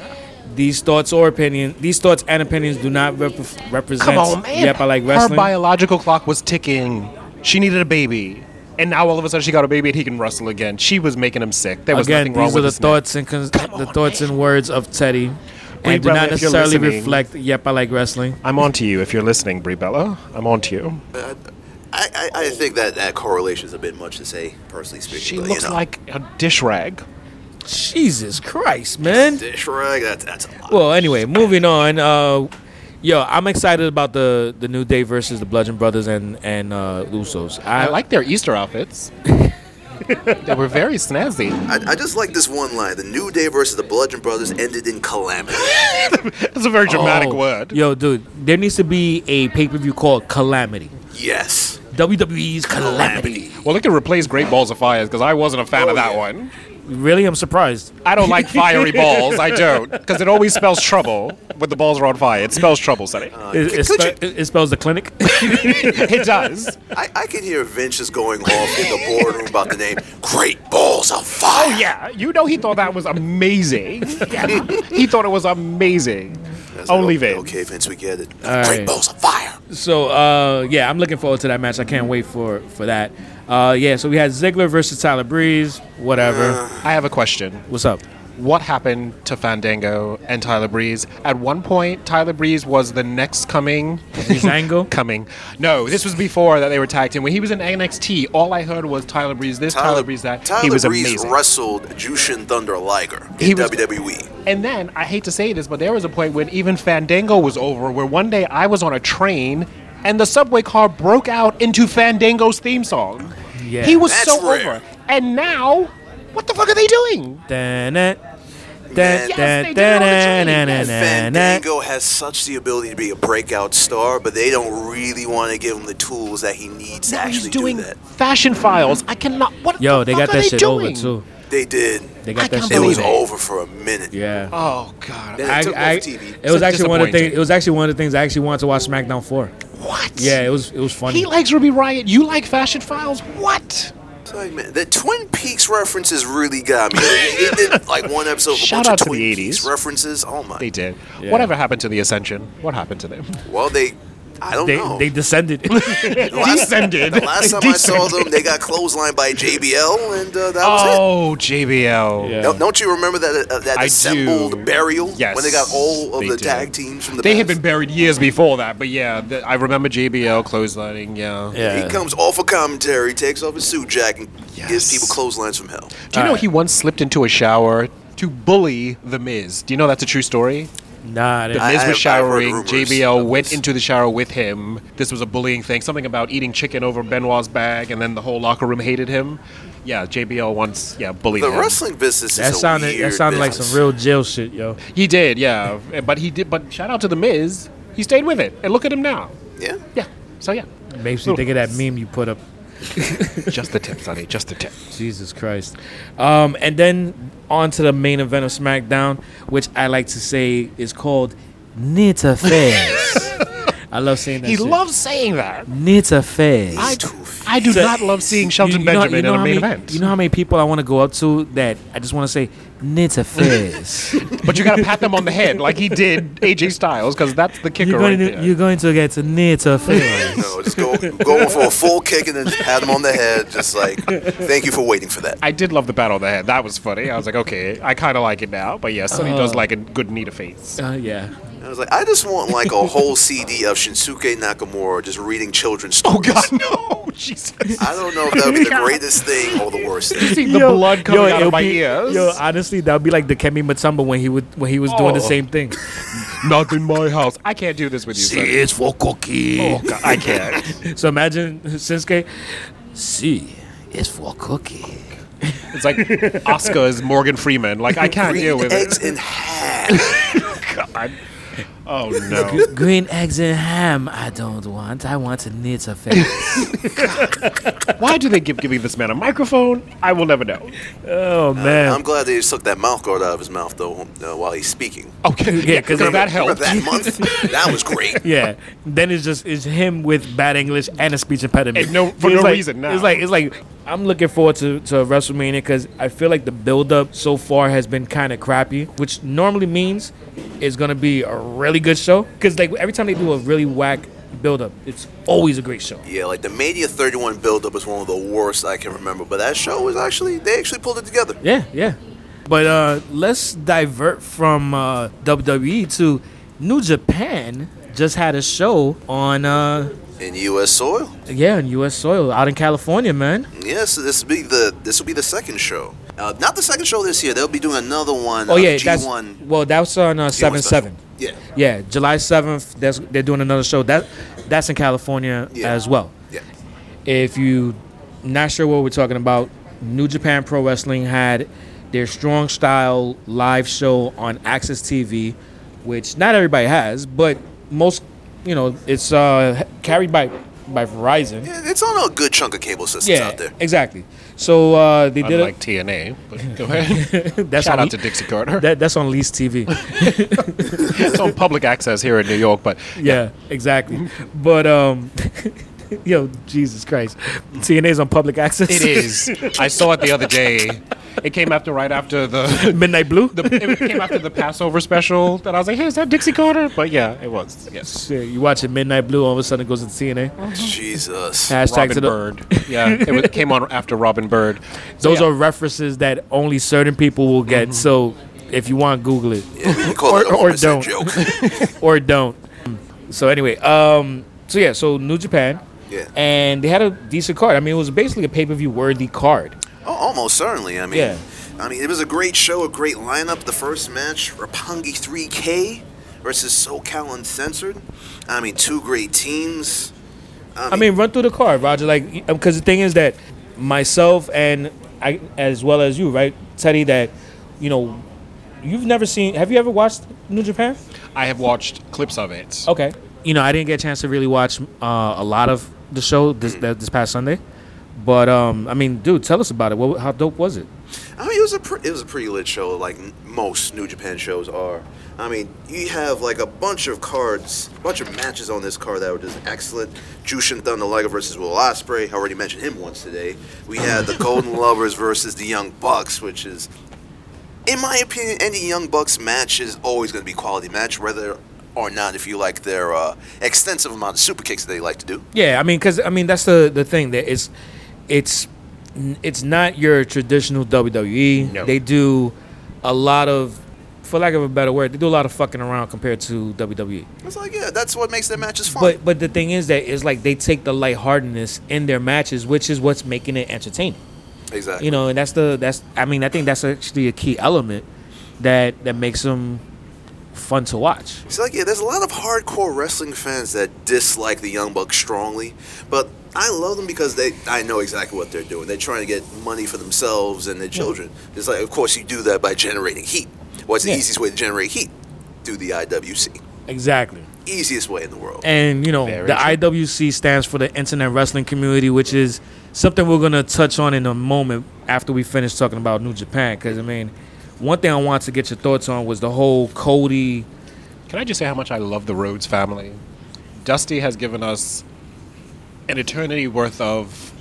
These thoughts or opinion, these thoughts and opinions do not rep- represent. Come on, man. Yep, I like Her wrestling. biological clock was ticking. She needed a baby. And now all of a sudden she got a baby and he can wrestle again. She was making him sick. There was Again, nothing wrong these are with the his neck. thoughts and cons- the thoughts and words of Teddy, and do brother, not if you're necessarily listening- reflect. Yep, I like wrestling. I'm on to you if you're listening, Brie Bella. I'm on to you. I, I, I think that that correlation is a bit much to say, personally speaking. She but, looks you know, like a dish rag. Jesus Christ, man. dish rag. That, that's a lot. Well, anyway, moving on. Uh, yo, I'm excited about the the new day versus the Bludgeon Brothers and and uh, Usos. I like their Easter outfits. they were very snazzy. I, I just like this one line: "The New Day versus the Bludgeon Brothers ended in calamity." That's a very dramatic Oh, word. Yo, dude, there needs to be a pay per view called Calamity. yes, WWE's Calamity. Well, it could replace Great Balls of Fire because I wasn't a fan Oh, of that yeah. one. Really, I'm surprised. I don't like fiery balls. I don't because it always spells trouble when the balls are on fire. It spells trouble, Sonny. Oh, It, it, could spe- it- it spells the clinic. It does. I, I can hear Vince just going off in the boardroom about the name Great Balls of Fire. Oh, Yeah, you know he thought that was amazing. Yeah. he thought it was amazing. That's Only like, Vince. Okay, Vince, we get it. All Great right. Balls of Fire. so uh, yeah, I'm looking forward to that match. I can't wait for for that. Uh, yeah, so we had Ziggler versus Tyler Breeze. Whatever. Uh. I have a question. What's up? What happened to Fandango and Tyler Breeze? At one point, Tyler Breeze was the next coming. Zango. coming. No, this was before that they were tagged in. When he was in NXT, all I heard was Tyler Breeze this, Tyler, Breeze that. Tyler he was Breeze amazing. wrestled Jushin Thunder Liger in E. He was- WWE. And then I hate to say this, but there was a point when even Fandango was over, where one day I was on a train and the subway car broke out into Fandango's theme song. Yeah. He was That's so rare. over. And now, what the fuck are they doing? Dun, dun, dun, Yes, dun, they did it on the dun, train. dun, Yes. dun, dun, dun. Fandango has such the ability to be a breakout star, but they don't really want to give him the tools that he needs to Now he's actually doing do that. fashion files. I cannot. What Yo, the they fuck got are that they shit doing? over too. They did. They got I that can't shit It believe over. was it. over for a minute. Yeah. Oh god. Then it I, took I, off TV. it was So actually one of the things. disappointing. It was actually one of the things I actually wanted to watch SmackDown for. What? Yeah, it was. It was funny. He likes Ruby Riot. You like fashion files. What? It's like, man, the Twin Peaks references really got me. They, they did like one episode of a Shout bunch out of to Twin the Peaks 80s. references. Oh my! They did. Yeah. Whatever happened to the Ascension? What happened to them? Well, they. I don't they, know. they descended. The last- descended. The last They time I saw them, they got clotheslined by JBL, and uh, that was it. Oh, JBL. Yeah. Don't- Don't you remember that uh, that I assembled do. burial Yes, when they got all of they the did. tag teams from the They past? had been buried years before that, but yeah, th- I remember JBL clotheslining. Yeah. yeah. He comes off a commentary, takes off his suit jacket, and gives Yes. people clotheslines from hell. Do you know he once slipped into a shower to bully the Miz? Do you know that's a true story? Nah, they- The I- Miz I've- I've was showering. heard rumors JBL went into the shower with him. This was a bullying thing. Something about eating chicken over Benoit's bag, and then the whole locker room hated him. Yeah, JBL once yeah bullied The him. wrestling business is that a sounded. weird That sounded like business. some real jail shit, yo. He did, yeah. eh, But he did. But shout out to the Miz. He stayed with it, and look at him now. Yeah. Yeah. So yeah. Makes me think of that meme you put up. Just the tip, Sonny. Just the tip. Jesus Christ. Um, and then on to the main event of SmackDown, which I like to say is called Knit Affairs. I love saying that. He shit. loves saying that. Knit Affairs. I, too I do So- not love seeing You- Shelton you know- Benjamin you know in how a main many- event. You know how many people I want to go up to that I just want to say Knit Affairs. but you gotta pat them on the head like he did AJ Styles, because that's the kicker you're going right to there. you're going to get to Knit Affairs. No, just go going for a full kick and then just pat him on the head, just like thank you for waiting for that. I did love the pat on the head. That was funny. I was like, okay, I kind of like it now. But yeah, Sonny does like a good knee to face. uh, yeah. I was like, I just want like a whole CD of Shinsuke Nakamura just reading children's stories. Oh God, no, Jesus! I don't know if that would be the greatest thing or the worst thing. See the blood coming out it'll of my be- ears. Yo, honestly, that would be like the Kemi Matumba when he would when he was doing the Oh. same thing. Not in my house. I can't do this with you, Sonny. it's for cookie. Oh God, I can't. So imagine Shinsuke. C is for cookie. It's like Oscar is Morgan Freeman. Like I can't deal with eggs it. in half. God. Oh no. Green eggs and ham. I don't want. I want a knit affair. Why do they give giving this man a microphone? I will never know. oh man. I'm glad they just took that mouth guard out of his mouth though uh, while he's speaking. Okay, yeah, 'cause because they- that Remember helped. that month? That was great. Oh, yeah. Then it's just it's him with bad English and a speech impediment. And no- for It's no like- reason now. It's like it's like I'm looking forward to, to WrestleMania because I feel like the build up so far has been kind of crappy, which normally means it's gonna be a really good show. Because like every time they do a really whack build up, it's always a great show. Yeah, like the Mania 31 buildup is one of the worst I can remember, but that show was actually, they actually pulled it together. Yeah, yeah. But uh, let's divert from uh, WWE to New Japan. Just had a show on uh, In U.S. soil? yeah on U.S. soil out in California, man. Yeah, so this will be the this will be the second show. Uh, not the second show this year. They'll be doing another one. Oh uh, yeah, G1, that's G1 well that's on uh, seven special. seven. Yeah, Yeah, July seventh. That's they're doing another show. That that's in California Yeah. as well. yeah. If you not sure what we're talking about, New Japan Pro Wrestling had their Strong Style live show on Access TV, which not everybody has, but most you know it's uh, carried by by Verizon. Yeah, It's on a good chunk of cable systems Yeah, out there. exactly. So uh, they did Unlike TNA, but go ahead. it. That's Shout on out to Le- Dixie Carter. that, that's on Lee's TV. it's on public access here in New York, but yeah, exactly. But um, yo, Jesus Christ, TNA's on public access. it is. I saw it the other day. It came after right after the. Midnight Blue. the it came after the Passover special that I was like, "Hey, is that Dixie Carter?" But yeah, it was. Yes. Shit, you watch it, Midnight Blue. All of a sudden, it goes to TNA. Jesus. Hashtag Robin to the. Bird. Yeah, it was, came on after Robin Bird. So, Those yeah. Mm-hmm. are references that only certain people will get. So if you want, Google it Yeah, we can call Or- it a or homicide don't. joke. or don't. So anyway, um, so yeah, so New Japan. Yeah. And they had a decent card. I mean, it was basically a pay per view worthy card. Oh, almost certainly. I mean, Yeah. I mean, it was a great show, a great lineup. The first match, Rapongi 3K versus SoCal Uncensored. I mean, two great teams. I mean, run through the card, Roger. Like, because the thing is that myself and I, as well as you, right, Teddy, that you know, you've never seen. Have you ever watched New Japan? I have watched clips of it. Okay. You know, I didn't get a chance to really watch uh, a lot of the show this that, this past Sunday, but um, I mean, dude, tell us about it. What, how dope was it? I mean, it was a pre- it was a pretty lit show, like n- most New Japan shows are. I mean, you have like a bunch of cards, a bunch of matches on this card that were just excellent. Jushin Thunder Liger versus Will Ospreay. I already mentioned him once today. We had the Golden Lovers versus the Young Bucks, which is, in my opinion, any Young Bucks match is always going to be quality match, whether or not if you like their uh, extensive amount of super kicks that they like to do. Yeah, I mean, because I mean that's the the thing that it's it's n- it's not your traditional WWE. No. They do a lot of, for lack of a better word, they do a lot of fucking around compared to WWE. It's like, yeah, that's what makes their matches fun. But but the thing is that it's like they take the lightheartedness in their matches, which is what's making it entertaining. exactly. You know, and that's the that's I mean I think that's actually a key element that that makes them fun to watch. So like, yeah, there's a lot of hardcore wrestling fans that dislike the Young Bucks strongly, but I love them because they I know exactly what they're doing. They're trying to get money for themselves and their children. It's like, of course, you do that by generating heat. What's Yeah. the easiest way to generate heat? Do the IWC. Exactly. Easiest way in the world. And you know, Very the true. IWC stands for the Internet Wrestling Community, which is something we're gonna touch on in a moment after we finish talking about New Japan. Because I mean, one thing I wanted to get your thoughts on was the whole Cody. Can I just say how much I love the Rhodes family? Dusty has given us an eternity worth of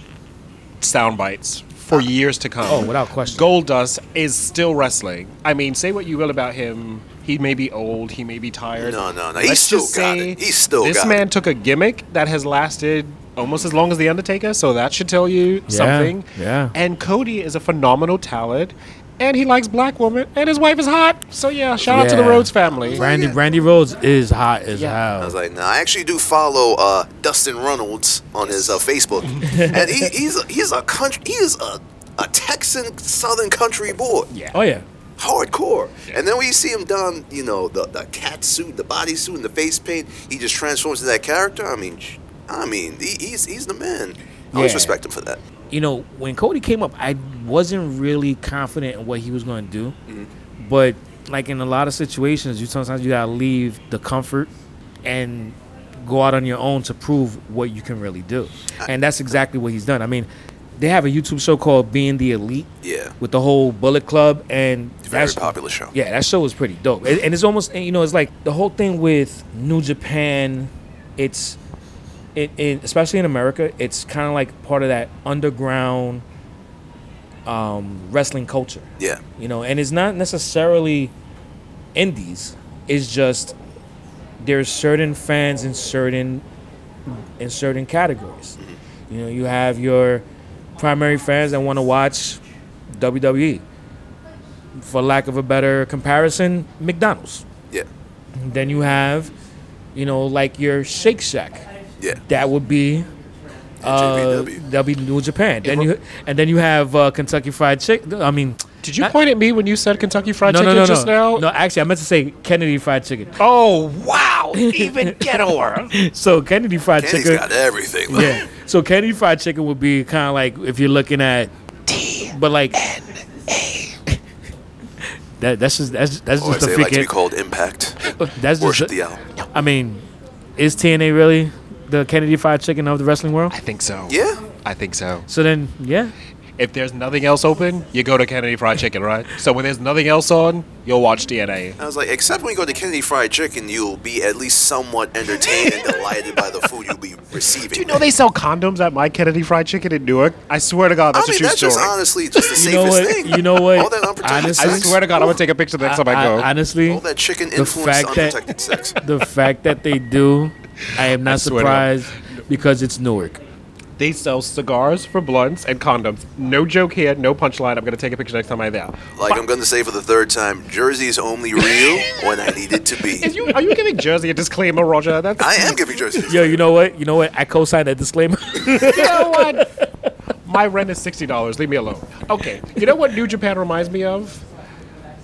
sound bites for years to come. Oh, without question. Goldust is still wrestling. I mean, say what you will about him. He may be old, he may be tired. No, no, no, Let's he's still just got say it. He's still This got it. man took a gimmick that has lasted almost as long as The Undertaker, so that should tell you Yeah, something. yeah. And Cody is a phenomenal talent. And he likes black women, and his wife is hot. So yeah, shout out to the Yeah. Rhodes family. Randy Randy Rhodes is hot as Yeah. hell. I was like, nah, I actually do follow uh, Dustin Reynolds on his uh, Facebook, and he, he's a, he's a country, he is a, a Texan Southern country boy. Yeah. oh yeah. hardcore. And then when you see him done, you know, the, the cat suit, the body suit, and the face paint, he just transforms into that character. I mean, sh- I mean, he, he's he's the man. I always Yeah. respect him for that. you know, when Cody came up, I wasn't really confident in what he was going to do. But like in a lot of situations, you sometimes you gotta leave the comfort and go out on your own to prove what you can really do. And that's exactly what he's done. I mean, they have a YouTube show called Being the Elite Yeah, with the whole Bullet Club, and very that's popular show. yeah, that show was pretty dope. And, and it's almost, and, you know, it's like the whole thing with New Japan, it's, it, it especially in America, it's kind of like part of that underground um, wrestling culture, yeah. you know, and it's not necessarily indies, it's just there's certain fans in certain in certain categories. You know, you have your primary fans that want to watch WWE. For lack of a better comparison, McDonald's. yeah, Then you have, you know, like your Shake Shack. yeah, That would be uh, JPW. that'll be New Japan. Then you and then you have uh, Kentucky Fried Chicken. I mean, Did you Not- point at me when you said Kentucky Fried no, Chicken no, no, just no, now? no. Actually, I meant to say Kennedy Fried Chicken. Oh wow! Even ghettoer. So Kennedy Fried and he's Chicken. got everything. though. Yeah. So Kennedy Fried Chicken would be kind of like if you're looking at T, but like that that's just that's that's Or just as they a like to be freaking uh, called Impact. that's just Worship a- the owl. I mean, is TNA really the Kennedy Fried Chicken of the wrestling world? I think so. Yeah. I think so. So then, yeah, If there's nothing else open, you go to Kennedy Fried Chicken, right? So when there's nothing else on, you'll watch DNA. I was like, except when you go to Kennedy Fried Chicken, you'll be at least somewhat entertained and delighted by the food you'll be receiving. Do you know they sell condoms at my Kennedy Fried Chicken in Newark? I swear to God, I that's mean, a true that's story. just honestly just the You safest know what- thing. you know what? All that unprotected Honestly- I sex. swear to God, I'm gonna take a picture the next time I go. honestly, all that chicken the influenced fact that- unprotected sex. the fact that they do, I am not swear to God. surprised because it's Newark. They sell cigars for blunts and condoms. No joke here, no punchline. I'm gonna take a picture next time I'm there. Like I'm going to say for the third time, Jersey is only real when I need it to be. Is you, are you giving Jersey a disclaimer, Roger? That's I am giving Jersey. Yo, you know what? You know what? I co-signed that disclaimer. you know what? My rent is sixty dollars. Leave me alone. Okay. You know what New Japan reminds me of?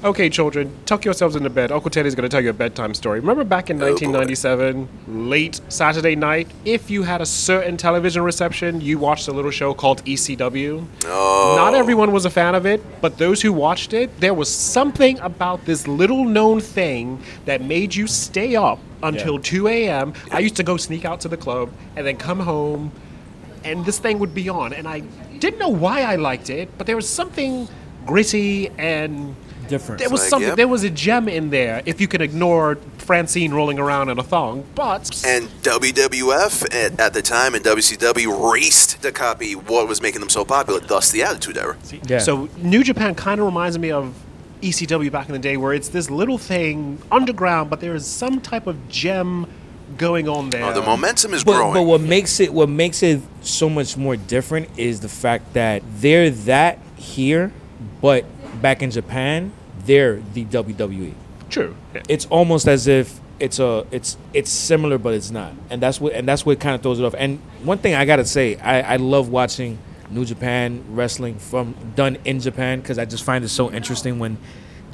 Okay, children, tuck yourselves into bed. Uncle Teddy's going to tell you a bedtime story. Remember back in Oh, boy. 1997, late Saturday night, if you had a certain television reception, you watched a little show called E ECW. Oh. Not everyone was a fan of it, but those who watched it, there was something about this little known thing that made you stay up until 2 a.m. I used to go sneak out to the club and then come home, and this thing would be on. And I didn't know why I liked it, but there was something gritty and. Different. There was Like, something. yep. There was a gem in there. If you can ignore Francine rolling around in a thong, but And WWF at, at the time and WCW raced to copy what was making them so popular, thus the Attitude Era. Yeah. So New Japan kind of reminds me of ECW back in the day, where it's this little thing underground, but there is some type of gem going on there. Oh, the momentum is but, growing. but what makes it what makes it so much more different is the fact that they're that here, but back in Japan, they're the E. WWE. True. Yeah. It's almost as if it's a it's it's similar, but it's not, and that's what and that's what kind of throws it off. And one thing I gotta say, I, I love watching New Japan wrestling from done in Japan because I just find it so interesting when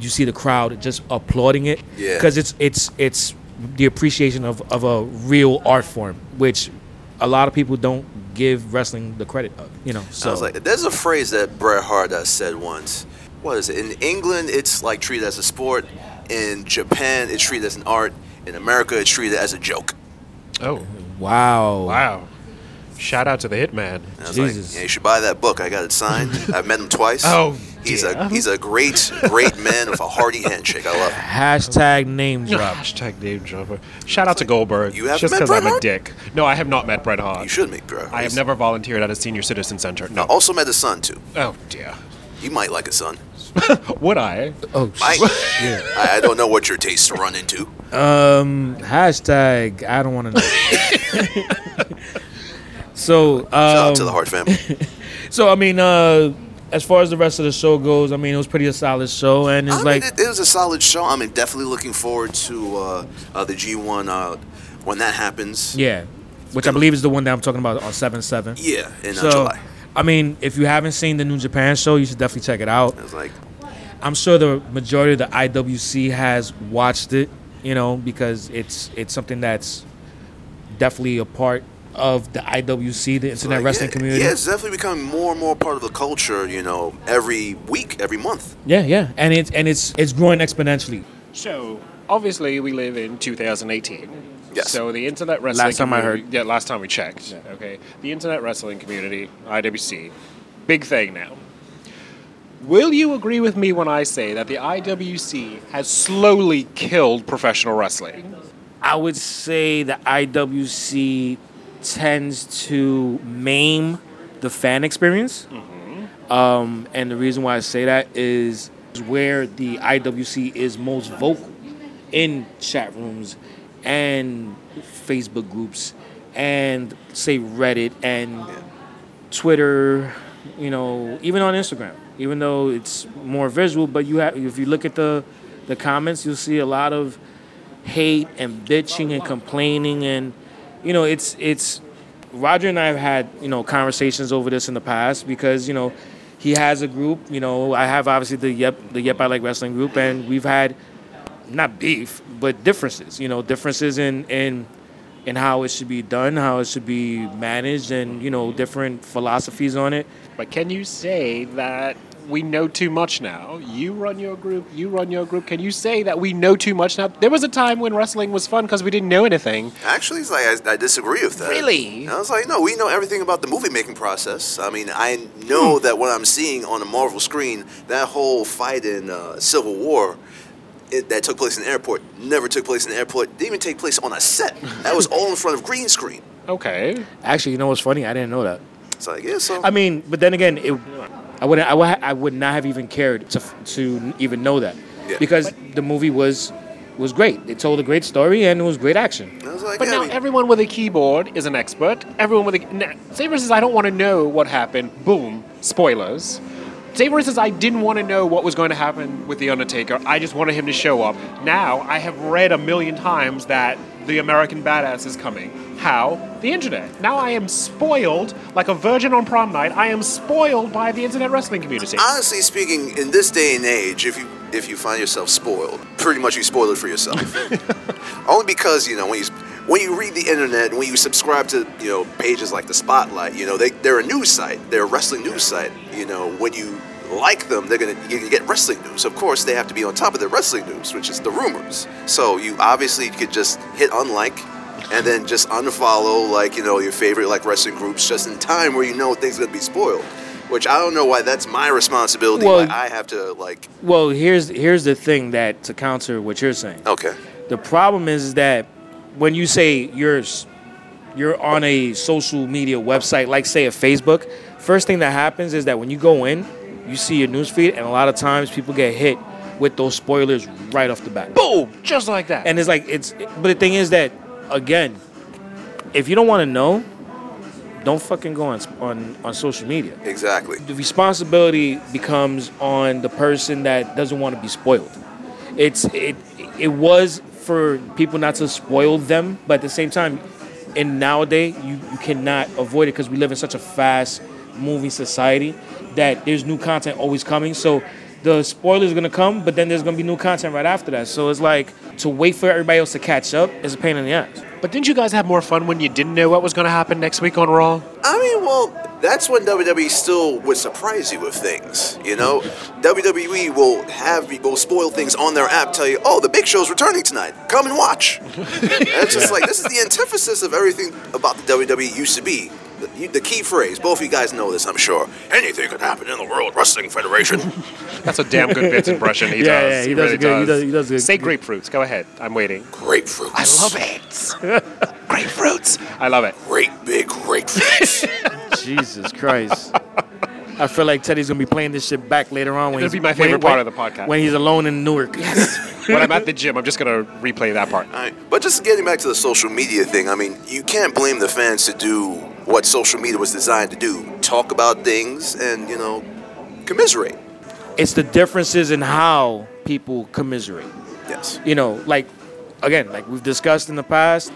you see the crowd just applauding it Yeah. because it's it's it's the appreciation of, of a real art form, which a lot of people don't give wrestling the credit of. You know, so I was like, there's a phrase that Bret Hart has said once. What is it? In England, it's like treated as a sport. In Japan, it's treated as an art. In America, it's treated as a joke. Oh, wow, wow! Shout out to the Hitman. And I was Jesus. like, yeah, you should buy that book. I got it signed. I've met him twice. Oh, he's damn. a he's a great great man with a hearty handshake. I love him. hashtag name drop. Hashtag name dropper. Shout out to Goldberg. you haven't just met because Bret I'm a Hart? dick. No, I have not met Bret You Hart. should meet Bret. Hart. I have He's- never volunteered at a senior citizen center. No. Also met his son too. Oh dear. You might like his son. Would I? Oh, I, shit. yeah. I, I don't know what your tastes run into. Um, hashtag I don't want to know. so, Shout out um, to the Hart family. so I mean, uh, as far as the rest of the show goes, I mean, it was pretty a solid show, and it's I like, mean, it, it was a solid show. I mean, definitely looking forward to uh, uh, the G1 uh, when that happens. yeah, which I believe is the one that I'm talking about on seven seven. Yeah, in uh, So, July. I mean, if you haven't seen the New Japan show, you should definitely check it out. I was like, I'm sure the majority of the IWC has watched it, you know, because it's it's something that's definitely a part of the IWC, the Internet like, Wrestling yeah, community. Yeah, it's definitely becoming more and more part of the culture. You know, every week, every month. Yeah, yeah, and it's and it's it's growing exponentially. So obviously, we live in 2018. Yes. So the internet wrestling. Last time I community- Yeah, last time we checked. Okay. The internet wrestling community, IWC, big thing now. Will you agree with me when I say that the IWC has slowly killed professional wrestling? I would say the IWC tends to maim the fan experience, um, and the reason why I say that is where the IWC is most vocal in chat rooms and Facebook groups and say Reddit and Twitter, you know, even on Instagram. Even though it's more visual, but you have if you look at the the comments, you'll see a lot of hate and bitching and complaining and you know, it's it's Roger and I have had, you know, conversations over this in the past because, you know, he has a group, you know, I have obviously the Yep the Yep I Like Wrestling group and we've had not beef, but differences, you know, differences in in in how it should be done, how it should be managed and, you know, different philosophies on it. But can you say that we know too much now. You run your group. You run your group. Can you say that we know too much now? There was a time when wrestling was fun because we didn't know anything. Actually, it's like I, I disagree with that. Really? I was like, no, we know everything about the movie making process. I mean, I know Hmm. that what I'm seeing on the Marvel screen, that whole fight in uh, Civil War. It, that took place in the airport never took place in the airport. Didn't even take place on a set. That was all in front of green screen. Okay. Actually, you know what's funny? I didn't know that. It's like yeah, so I mean, but then again, it, I wouldn't. I would, I would not have even cared to f- to even know that Yeah. because the movie was was great. It told a great story and it was great action. I was like, But yeah, now I mean, everyone with a keyboard is an expert. Everyone with a no, Saber says, "I don't want to know what happened." Boom, spoilers. Saber says, "I didn't want to know what was going to happen with the Undertaker. I just wanted him to show up." Now I have read a million times that the American Badass is coming. How? The internet. Now I am spoiled, like a virgin on prom night. I am spoiled by the internet wrestling community. honestly speaking, in this day and age, if you if you find yourself spoiled, pretty much you spoil it for yourself. Only because you know when you when you read the internet, when you subscribe to you know pages like the Spotlight, you know they they're a news site, they're a wrestling news site. You know when you like them, they're gonna you get wrestling news. Of course, they have to be on top of the wrestling news, which is the rumors. So you obviously could just hit unlike. And then just unfollow, like you know, your favorite like wrestling groups, just in time where you know things are gonna be spoiled. Which I don't know why that's my responsibility. Well- why I have to like. Well, here's here's the thing that to counter what you're saying. Okay. The problem is that when you say you're s- you're on a social media website, like say a Facebook, first thing that happens is that when you go in, you see your newsfeed, and a lot of times people get hit with those spoilers right off the bat. Boom, just like that. And it's like it's but the thing is that again, if you don't want to know, don't fucking go on on on social media. Exactly. The responsibility becomes on the person that doesn't want to be spoiled. It's it it was for people not to spoil them, but at the same time, in nowadays you, you cannot avoid it because we live in such a fast moving society that there's new content always coming. So the spoilers are gonna come, but then there's gonna be new content right after that. So it's like to wait for everybody else to catch up is a pain in the ass. but didn't you guys have more fun when you didn't know what was going to happen next week on Raw? I mean, well, that's when WWE still would surprise you with things. You know, WWE will have will spoil things on their app, tell you, "Oh, the Big Show's returning tonight. Come and watch." and it's just like this is the antithesis of everything about the WWE used to be. The, you- the key phrase, both of you guys know this, I'm sure. Anything could happen in the World Wrestling Federation. That's a damn good Vince impression. He Yeah, does. yeah, he does really a good- he does- he does a good- Say grapefruits. Go ahead. I'm waiting. grapefruits. I love it. grapefruits. I love it. Great big grapefruits. Jesus Christ. I feel like Teddy's gonna be playing this shit back later on when It'll he's, be my when- favorite part when- of the podcast. when he's alone in Newark. when I'm at the gym, I'm just gonna replay that part. All right. But just getting back to the social media thing, I mean, you can't blame the fans to do what social media was designed to do talk about things and, you know, commiserate. It's the differences in how people commiserate. Yes. You know, like again, like we've discussed in the past.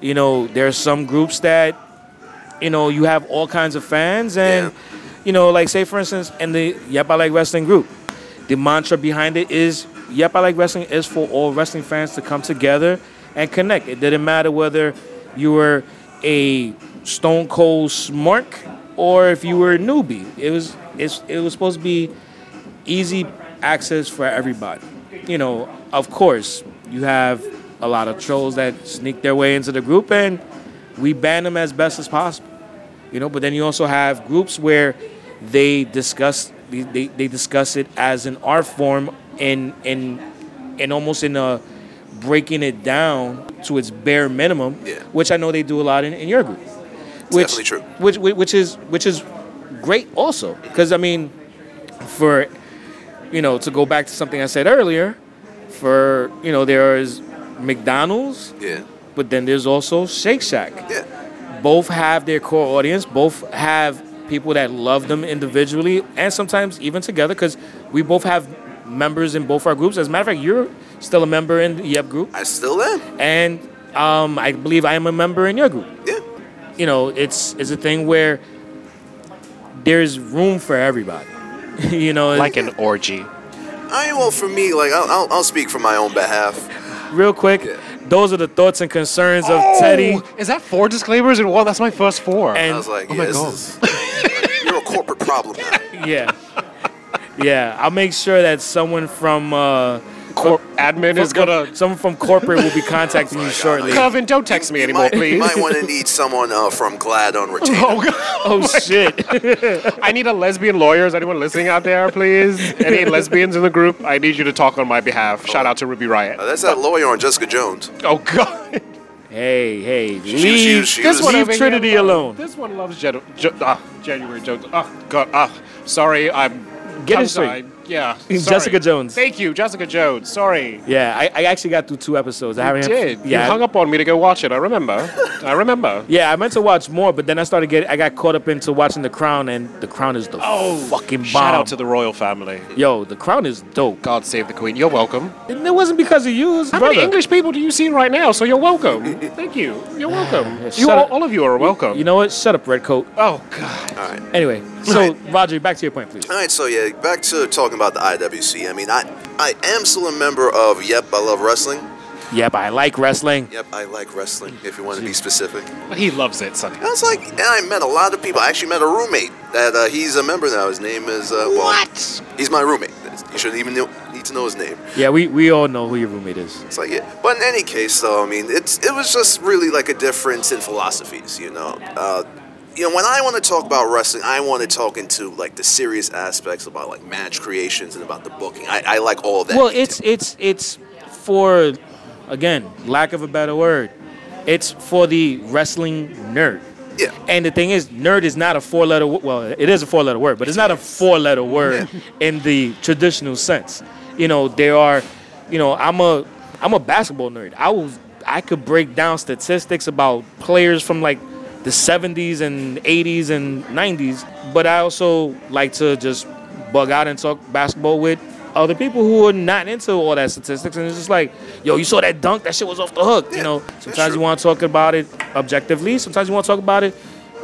You know, there are some groups that you know you have all kinds of fans, and you know, like say for instance, in the Yep I Like Wrestling group, the mantra behind it is Yep I Like Wrestling is for all wrestling fans to come together and connect. It didn't matter whether you were a Stone Cold Smark or if you were a newbie. It was it's, it was supposed to be easy access for everybody. You know, of course, you have a lot of trolls that sneak their way into the group, and we ban them as best as possible. You know, but then you also have groups where they discuss they, they, they discuss it as an art form and and and almost in a breaking it down to its bare minimum, Yeah. which I know they do a lot in, in your group. definitely true. Which, which which is which is great also because I mean for you know to go back to something I said earlier for you know there is McDonald's Yeah. but then there's also Shake Shack Yeah. both have their core audience both have people that love them individually and sometimes even together because we both have members in both our groups as a matter of fact you're still a member in the yep group I still am. and um, I believe I am a member in your group Yeah. you know, it's it's a thing where there's room for everybody. you know, Like an orgy. I mean, well, for me, like, I'll, I'll, I'll speak for my own behalf. real quick, Yeah. Oh! those are the thoughts and concerns of Oh, Teddy. Is that four disclaimers in one? That's my first four. And I was like, Oh yeah, my this God. is. you're a corporate problem now. yeah. Yeah, I'll make sure that someone from uh, Cor- admin is gonna. someone from corporate will be contacting Oh you shortly. Kelvin, don't text me You anymore, might, please. want to need someone uh, from Glad on retainer. Oh, God. Oh shit! I need a lesbian lawyer. Is anyone listening out there, please? Any lesbians in the group? I need you to talk on my behalf. Shout out to Ruby Riot. Uh, that's that lawyer on Jessica Jones. Oh God! hey, hey, leave. she- she This was- one leave over here Trinity loves- alone. This one loves Gen- Gen- ah, January Jones. Ah, God. Ah, sorry. I'm Get it tongue-tied. straight. Yeah. It's sorry. Jessica Jones. Thank you, Jessica Jones. Sorry. Yeah, I, I actually got through two episodes. I You haven't. did. Yeah, You hung up on me to go watch it. I remember. I remember. Yeah, I meant to watch more, but then I started getting, I got caught up into watching The Crown, and The Crown is the Oh. Oh, fucking bomb. Shout out to the royal family. Yo, The Crown is dope. God save the Queen. You're welcome. And it wasn't because of you, it's How brother. many English people do you see right now? So you're welcome. Thank you. You're welcome. Shut you all, up. all of you are welcome. You know what? Shut up, Redcoat. oh God. All right. Anyway, so Roger, back to your point, please. All right, so yeah, back to talking about the IWC. I mean, I I am still a member of Yep, I love wrestling. Yeah, but I like wrestling. Yep, I like wrestling. If you want to be specific, and He loves it, Sonny. I was like, and I met a lot of people. I actually met a roommate that uh, he's a member now. His name is uh, well, What? He's my roommate. That's- You shouldn't even know, need to know his name. Yeah, we, we all know who your roommate is. It's like, yeah. But in any case, though, I mean, it's it was just really like a difference in philosophies, you know. Uh, you know, when I want to talk about wrestling, I want to talk into like the serious aspects about like match creations and about the booking. I, I like all that. Well, it's it's it's for again, lack of a better word, it's for the wrestling nerd. Yeah. And the thing is, nerd is not a four letter well, it is a four letter word, but it's not a four letter word in the traditional sense. You know, there are you know, I'm a I'm a basketball nerd. I will I could break down statistics about players from like the 70s and 80s and 90s, but I also like to just bug out and talk basketball with other people who are not into all that statistics and it's just like, yo, you saw that dunk, that shit was off the hook. You Yeah, know, that's sometimes you true. want to talk about it objectively, sometimes you want to talk about it,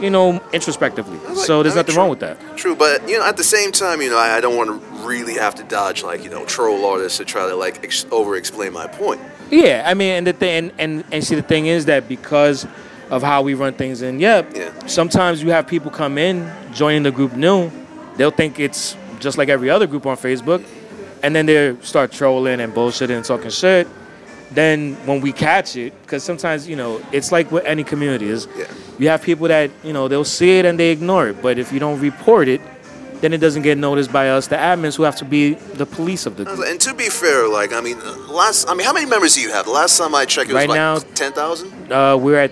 you know, introspectively. I like- so there's I mean, nothing wrong with true- that. True, but you know, at the same time, you know, I, I don't want to really have to dodge like you know troll artists to try to like ex- over-explain my point. Yeah, I mean, and the thing, and, and and see, the thing is that because of how we run things in, yep. Yeah. Sometimes you have people come in joining the group new, they'll think it's just like every other group on Facebook, and then they start trolling and bullshitting and talking shit. Then when we catch it, because sometimes you know it's like with any community is, Yeah. you have people that you know they'll see it and they ignore it, but if you don't report it, then it doesn't get noticed by us, the admins who have to be the police of the group. And to be fair, like I mean, uh, last I mean, how many members do you have? The last time I checked, it was Right like now- ten thousand. Uh, we're at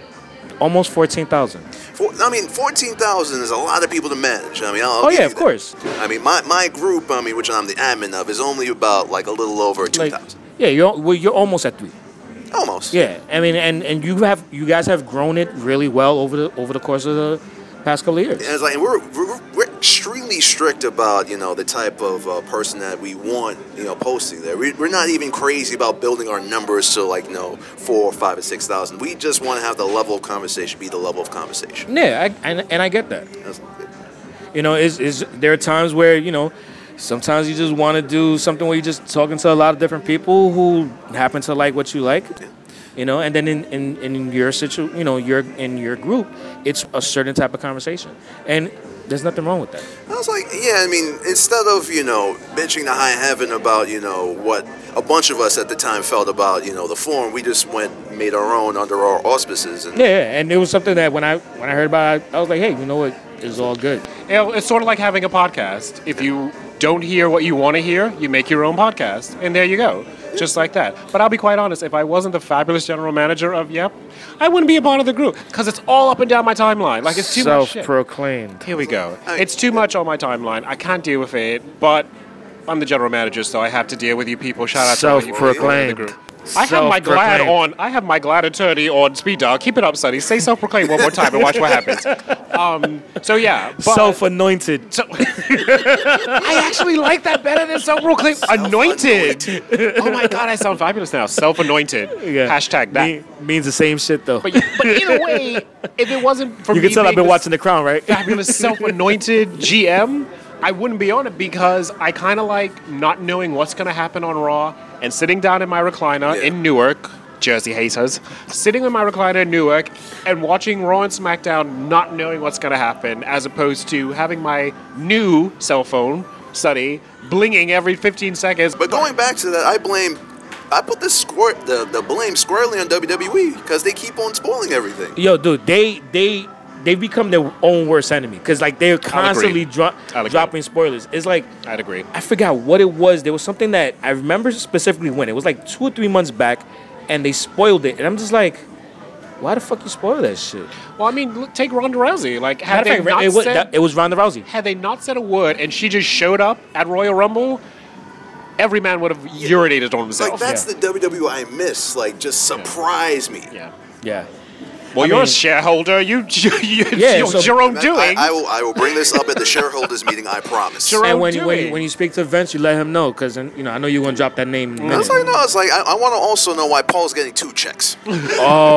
almost fourteen thousand. Four, I mean, fourteen thousand is a lot of people to manage. I mean, I'll Oh give yeah, you of that. course. I mean, my, my group, I mean, which I'm the admin of, is only about like a little over two Like, thousand, yeah, you're well, you're almost at three. almost. Yeah, I mean, and and you have you guys have grown it really well over the over the course of the past couple of years. And it's like and we're, we're we're extremely strict about you know the type of uh, person that we want you know posting there. We, we're not even crazy about building our numbers to like you know four, five, or six thousand. We just want to have the level of conversation be the level of conversation. Yeah, I, and and I get that. That's- You know, is is there are times where you know. Sometimes you just want to do something where you're just talking to a lot of different people who happen to like what you like, you know. And then in, in, in your situ, you know, your in your group, it's a certain type of conversation, and there's nothing wrong with that. I was like, yeah, I mean, instead of, you know, bitching to high heaven about, you know, what a bunch of us at the time felt about, you know, the forum, we just went, made our own under our auspices. And Yeah, yeah, and it was something that when I when I heard about, it, I was like, hey, you know what? It's all good. You know, it's sort of like having a podcast. If you don't hear what you want to hear, you make your own podcast, and there you go, just like that. But I'll be quite honest: if I wasn't the fabulous general manager of Yep, I wouldn't be a part of the group because it's all up and down my timeline. Like it's too much shit. Self-proclaimed. Here we go. I- It's too much on my timeline. I can't deal with it, but. I'm the general manager, so I have to deal with you people. Shout out to all you people in the Self-proclaimed. group. I have my glad Self-proclaimed. on. I have my glad attorney on speed dial. Keep it up, Sonny. Say self-proclaimed one more time and watch what happens. Um, so yeah, but- Self-anointed. so I actually like that better than self-proclaimed anointed. oh my god, I sound fabulous now. Self-anointed. Hashtag that. Mean- means the same shit though. But, but either way, if it wasn't for you me can tell I've being been the watching The Crown, right? fabulous self-anointed GM, I wouldn't be on it because I kind of like not knowing what's going to happen on Raw and sitting down in my recliner Yeah. in Newark. Jersey haters sitting in my recliner in Newark and watching Raw and SmackDown, not knowing what's going to happen, as opposed to having my new cell phone study, blinging every 15 seconds. But going back to that, I blame. I put the square, the, the blame squarely on WWE because they keep on spoiling everything. Yo, dude, they they they become their own worst enemy because like they're constantly dro- I'll agree. dropping spoilers. It's like I'd agree. I forgot what it was. There was something that I remember specifically when it was like two or three months back, and they spoiled it, and I'm just like, why the fuck you spoil that shit? Well, I mean, look, take Ronda Rousey. Like, had Matter they of fact, not it was, said, that- it was Ronda Rousey. had they not said a word and she just showed up at Royal Rumble, every man would have urinated on It's like himself. that's Yeah. the WWE I miss. Like just surprise me. yeah. Yeah. Well, I you're mean- a shareholder. You, you, you Yeah, it's so- your own And I- doing. I, will. I will bring this up at the shareholders meeting. I promise. Sure. And own when you, when, you, doing. when you speak to Vince, you let him know because you know I know you're gonna drop that name. In a I was minute. like, no. It's like I, I want to also know why Paul's getting two checks.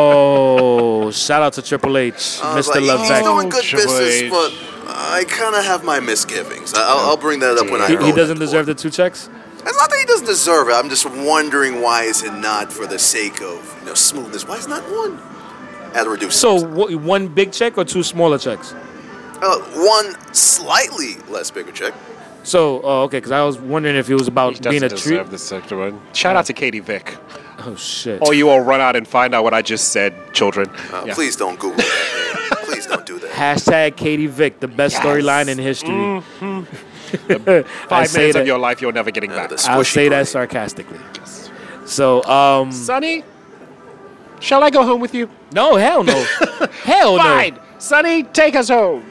Oh, shout out to Triple H, I was Mr. like, he's Levesque. doing good Triple business, H. but I kind of have my misgivings. I, I'll, I'll bring that up when I. He, he go doesn't into deserve the two checks. It's not that he doesn't deserve it. I'm just wondering why is it not for the sake of you know smoothness? Why is not one at a reduced? So cost? wha- one big check or two smaller checks? uh, one slightly less bigger check. So oh, okay, because I was wondering if it was He about doesn't being a treat. deserve this sector one. Shout out to Katie Vick. Oh shit! Or you all run out and find out what I just said, children. Uh, Yeah. Please don't Google that. man. please don't do that. Hashtag Katie Vick, the best Yes. Mm-hmm. storyline in history. I Five say minutes that. of your life you're never getting Uh, back. the I'll squishy say grenade. that sarcastically. So um, Sonny, shall I go home with you? no, hell no, hell no. Fine. Sonny, take us home.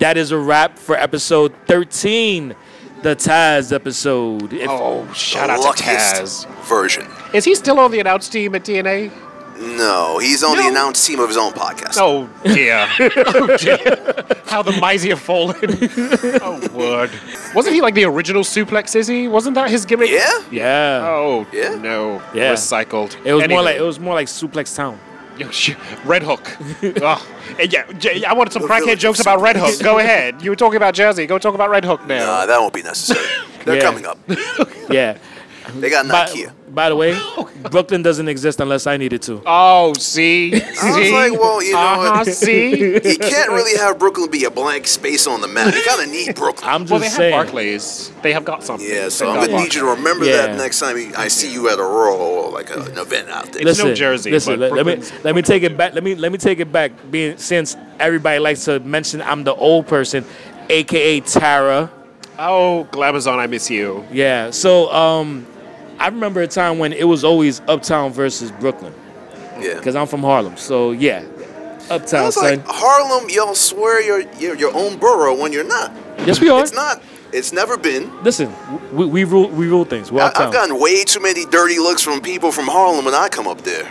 That is a wrap for episode thirteen, the Taz episode. If- Oh, shout The out to luckiest Taz. version. Is he still on the announced team at TNA? No, he's on the No. announced team of his own podcast. Oh dear. oh dear. How the mighty have fallen. oh word. Wasn't he like the original suplex Izzy? Wasn't that his gimmick? Yeah, Yeah. Oh Yeah. no. Yeah. Recycled. It was more Anywho. like oh. it was more like Suplex Town. Yo, sh- Red Hook. oh. yeah, J- I wanted some The crackhead village jokes of about Red suplex. Hook. Go ahead. You were talking about Jersey. Go talk about Red Hook now. nah, that won't be necessary. They're Yeah. coming up. Yeah. They got By, Nokia. by the way, Brooklyn doesn't exist unless I need it to. oh, see, I see. like, well, you know uh-huh, what? see. You can't really have Brooklyn be a blank space on the map. You kind of need Brooklyn. I'm just Well, they have saying. Barclays. They have got something. yeah, so They've I'm got gonna need you to remember Yeah. that next time you- I see you at a Raw or like a, an event out there. It's no Jersey, Listen, but let, let me Brooklyn's- let me take it back. Let me let me take it back. Being since everybody likes to mention I'm the old person, aka Tara. Barclays. Oh, Glamazon, I miss you. Yeah. So um, I remember a time when it was always Uptown versus Brooklyn yeah. because I'm from Harlem. So yeah, I Uptown, was son. like, Harlem, y'all swear you're, you're your own borough when you're not. yes, we are. It's not. It's never been. Listen, we, we rule we rule things. We're I, Uptown. I've gotten way too many dirty looks from people from Harlem when I come up there.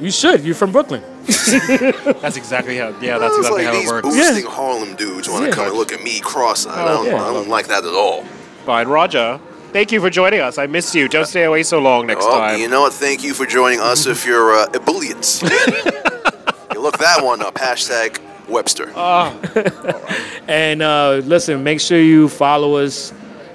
you should. You're from Brooklyn. That's exactly how. Yeah, I that's was exactly like, how these it works. boosting Harlem dudes want to Yeah. Oh, come and look at me cross-eyed. I, don't, yeah. I don't like that at all. Fine, Roger. Thank you for joining us. I miss you. Don't stay away so long next Oh, time. you know what? Thank you for joining us if you're uh, ebullience. you look that one up. Hashtag Webster. Uh, And uh, listen, make sure you follow us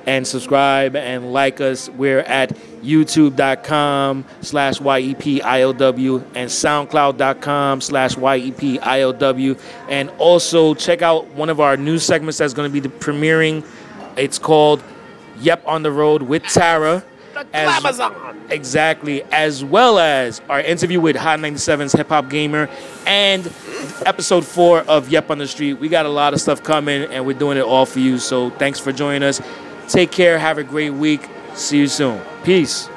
and subscribe and like us. We're at youtube.com slash E YEPILW and soundcloud.com slash E YEPILW. And also check out one of our new segments that's going to be the premiering. It's called Yep on the Road with Tara. As- Glamazon. Exactly, as well as our interview with Hot 97's Hip Hop Gamer and episode four of Yep on the Street. We got a lot of stuff coming and we're doing it all for you. So thanks for joining us. Take care. Have a great week. See you soon. Peace.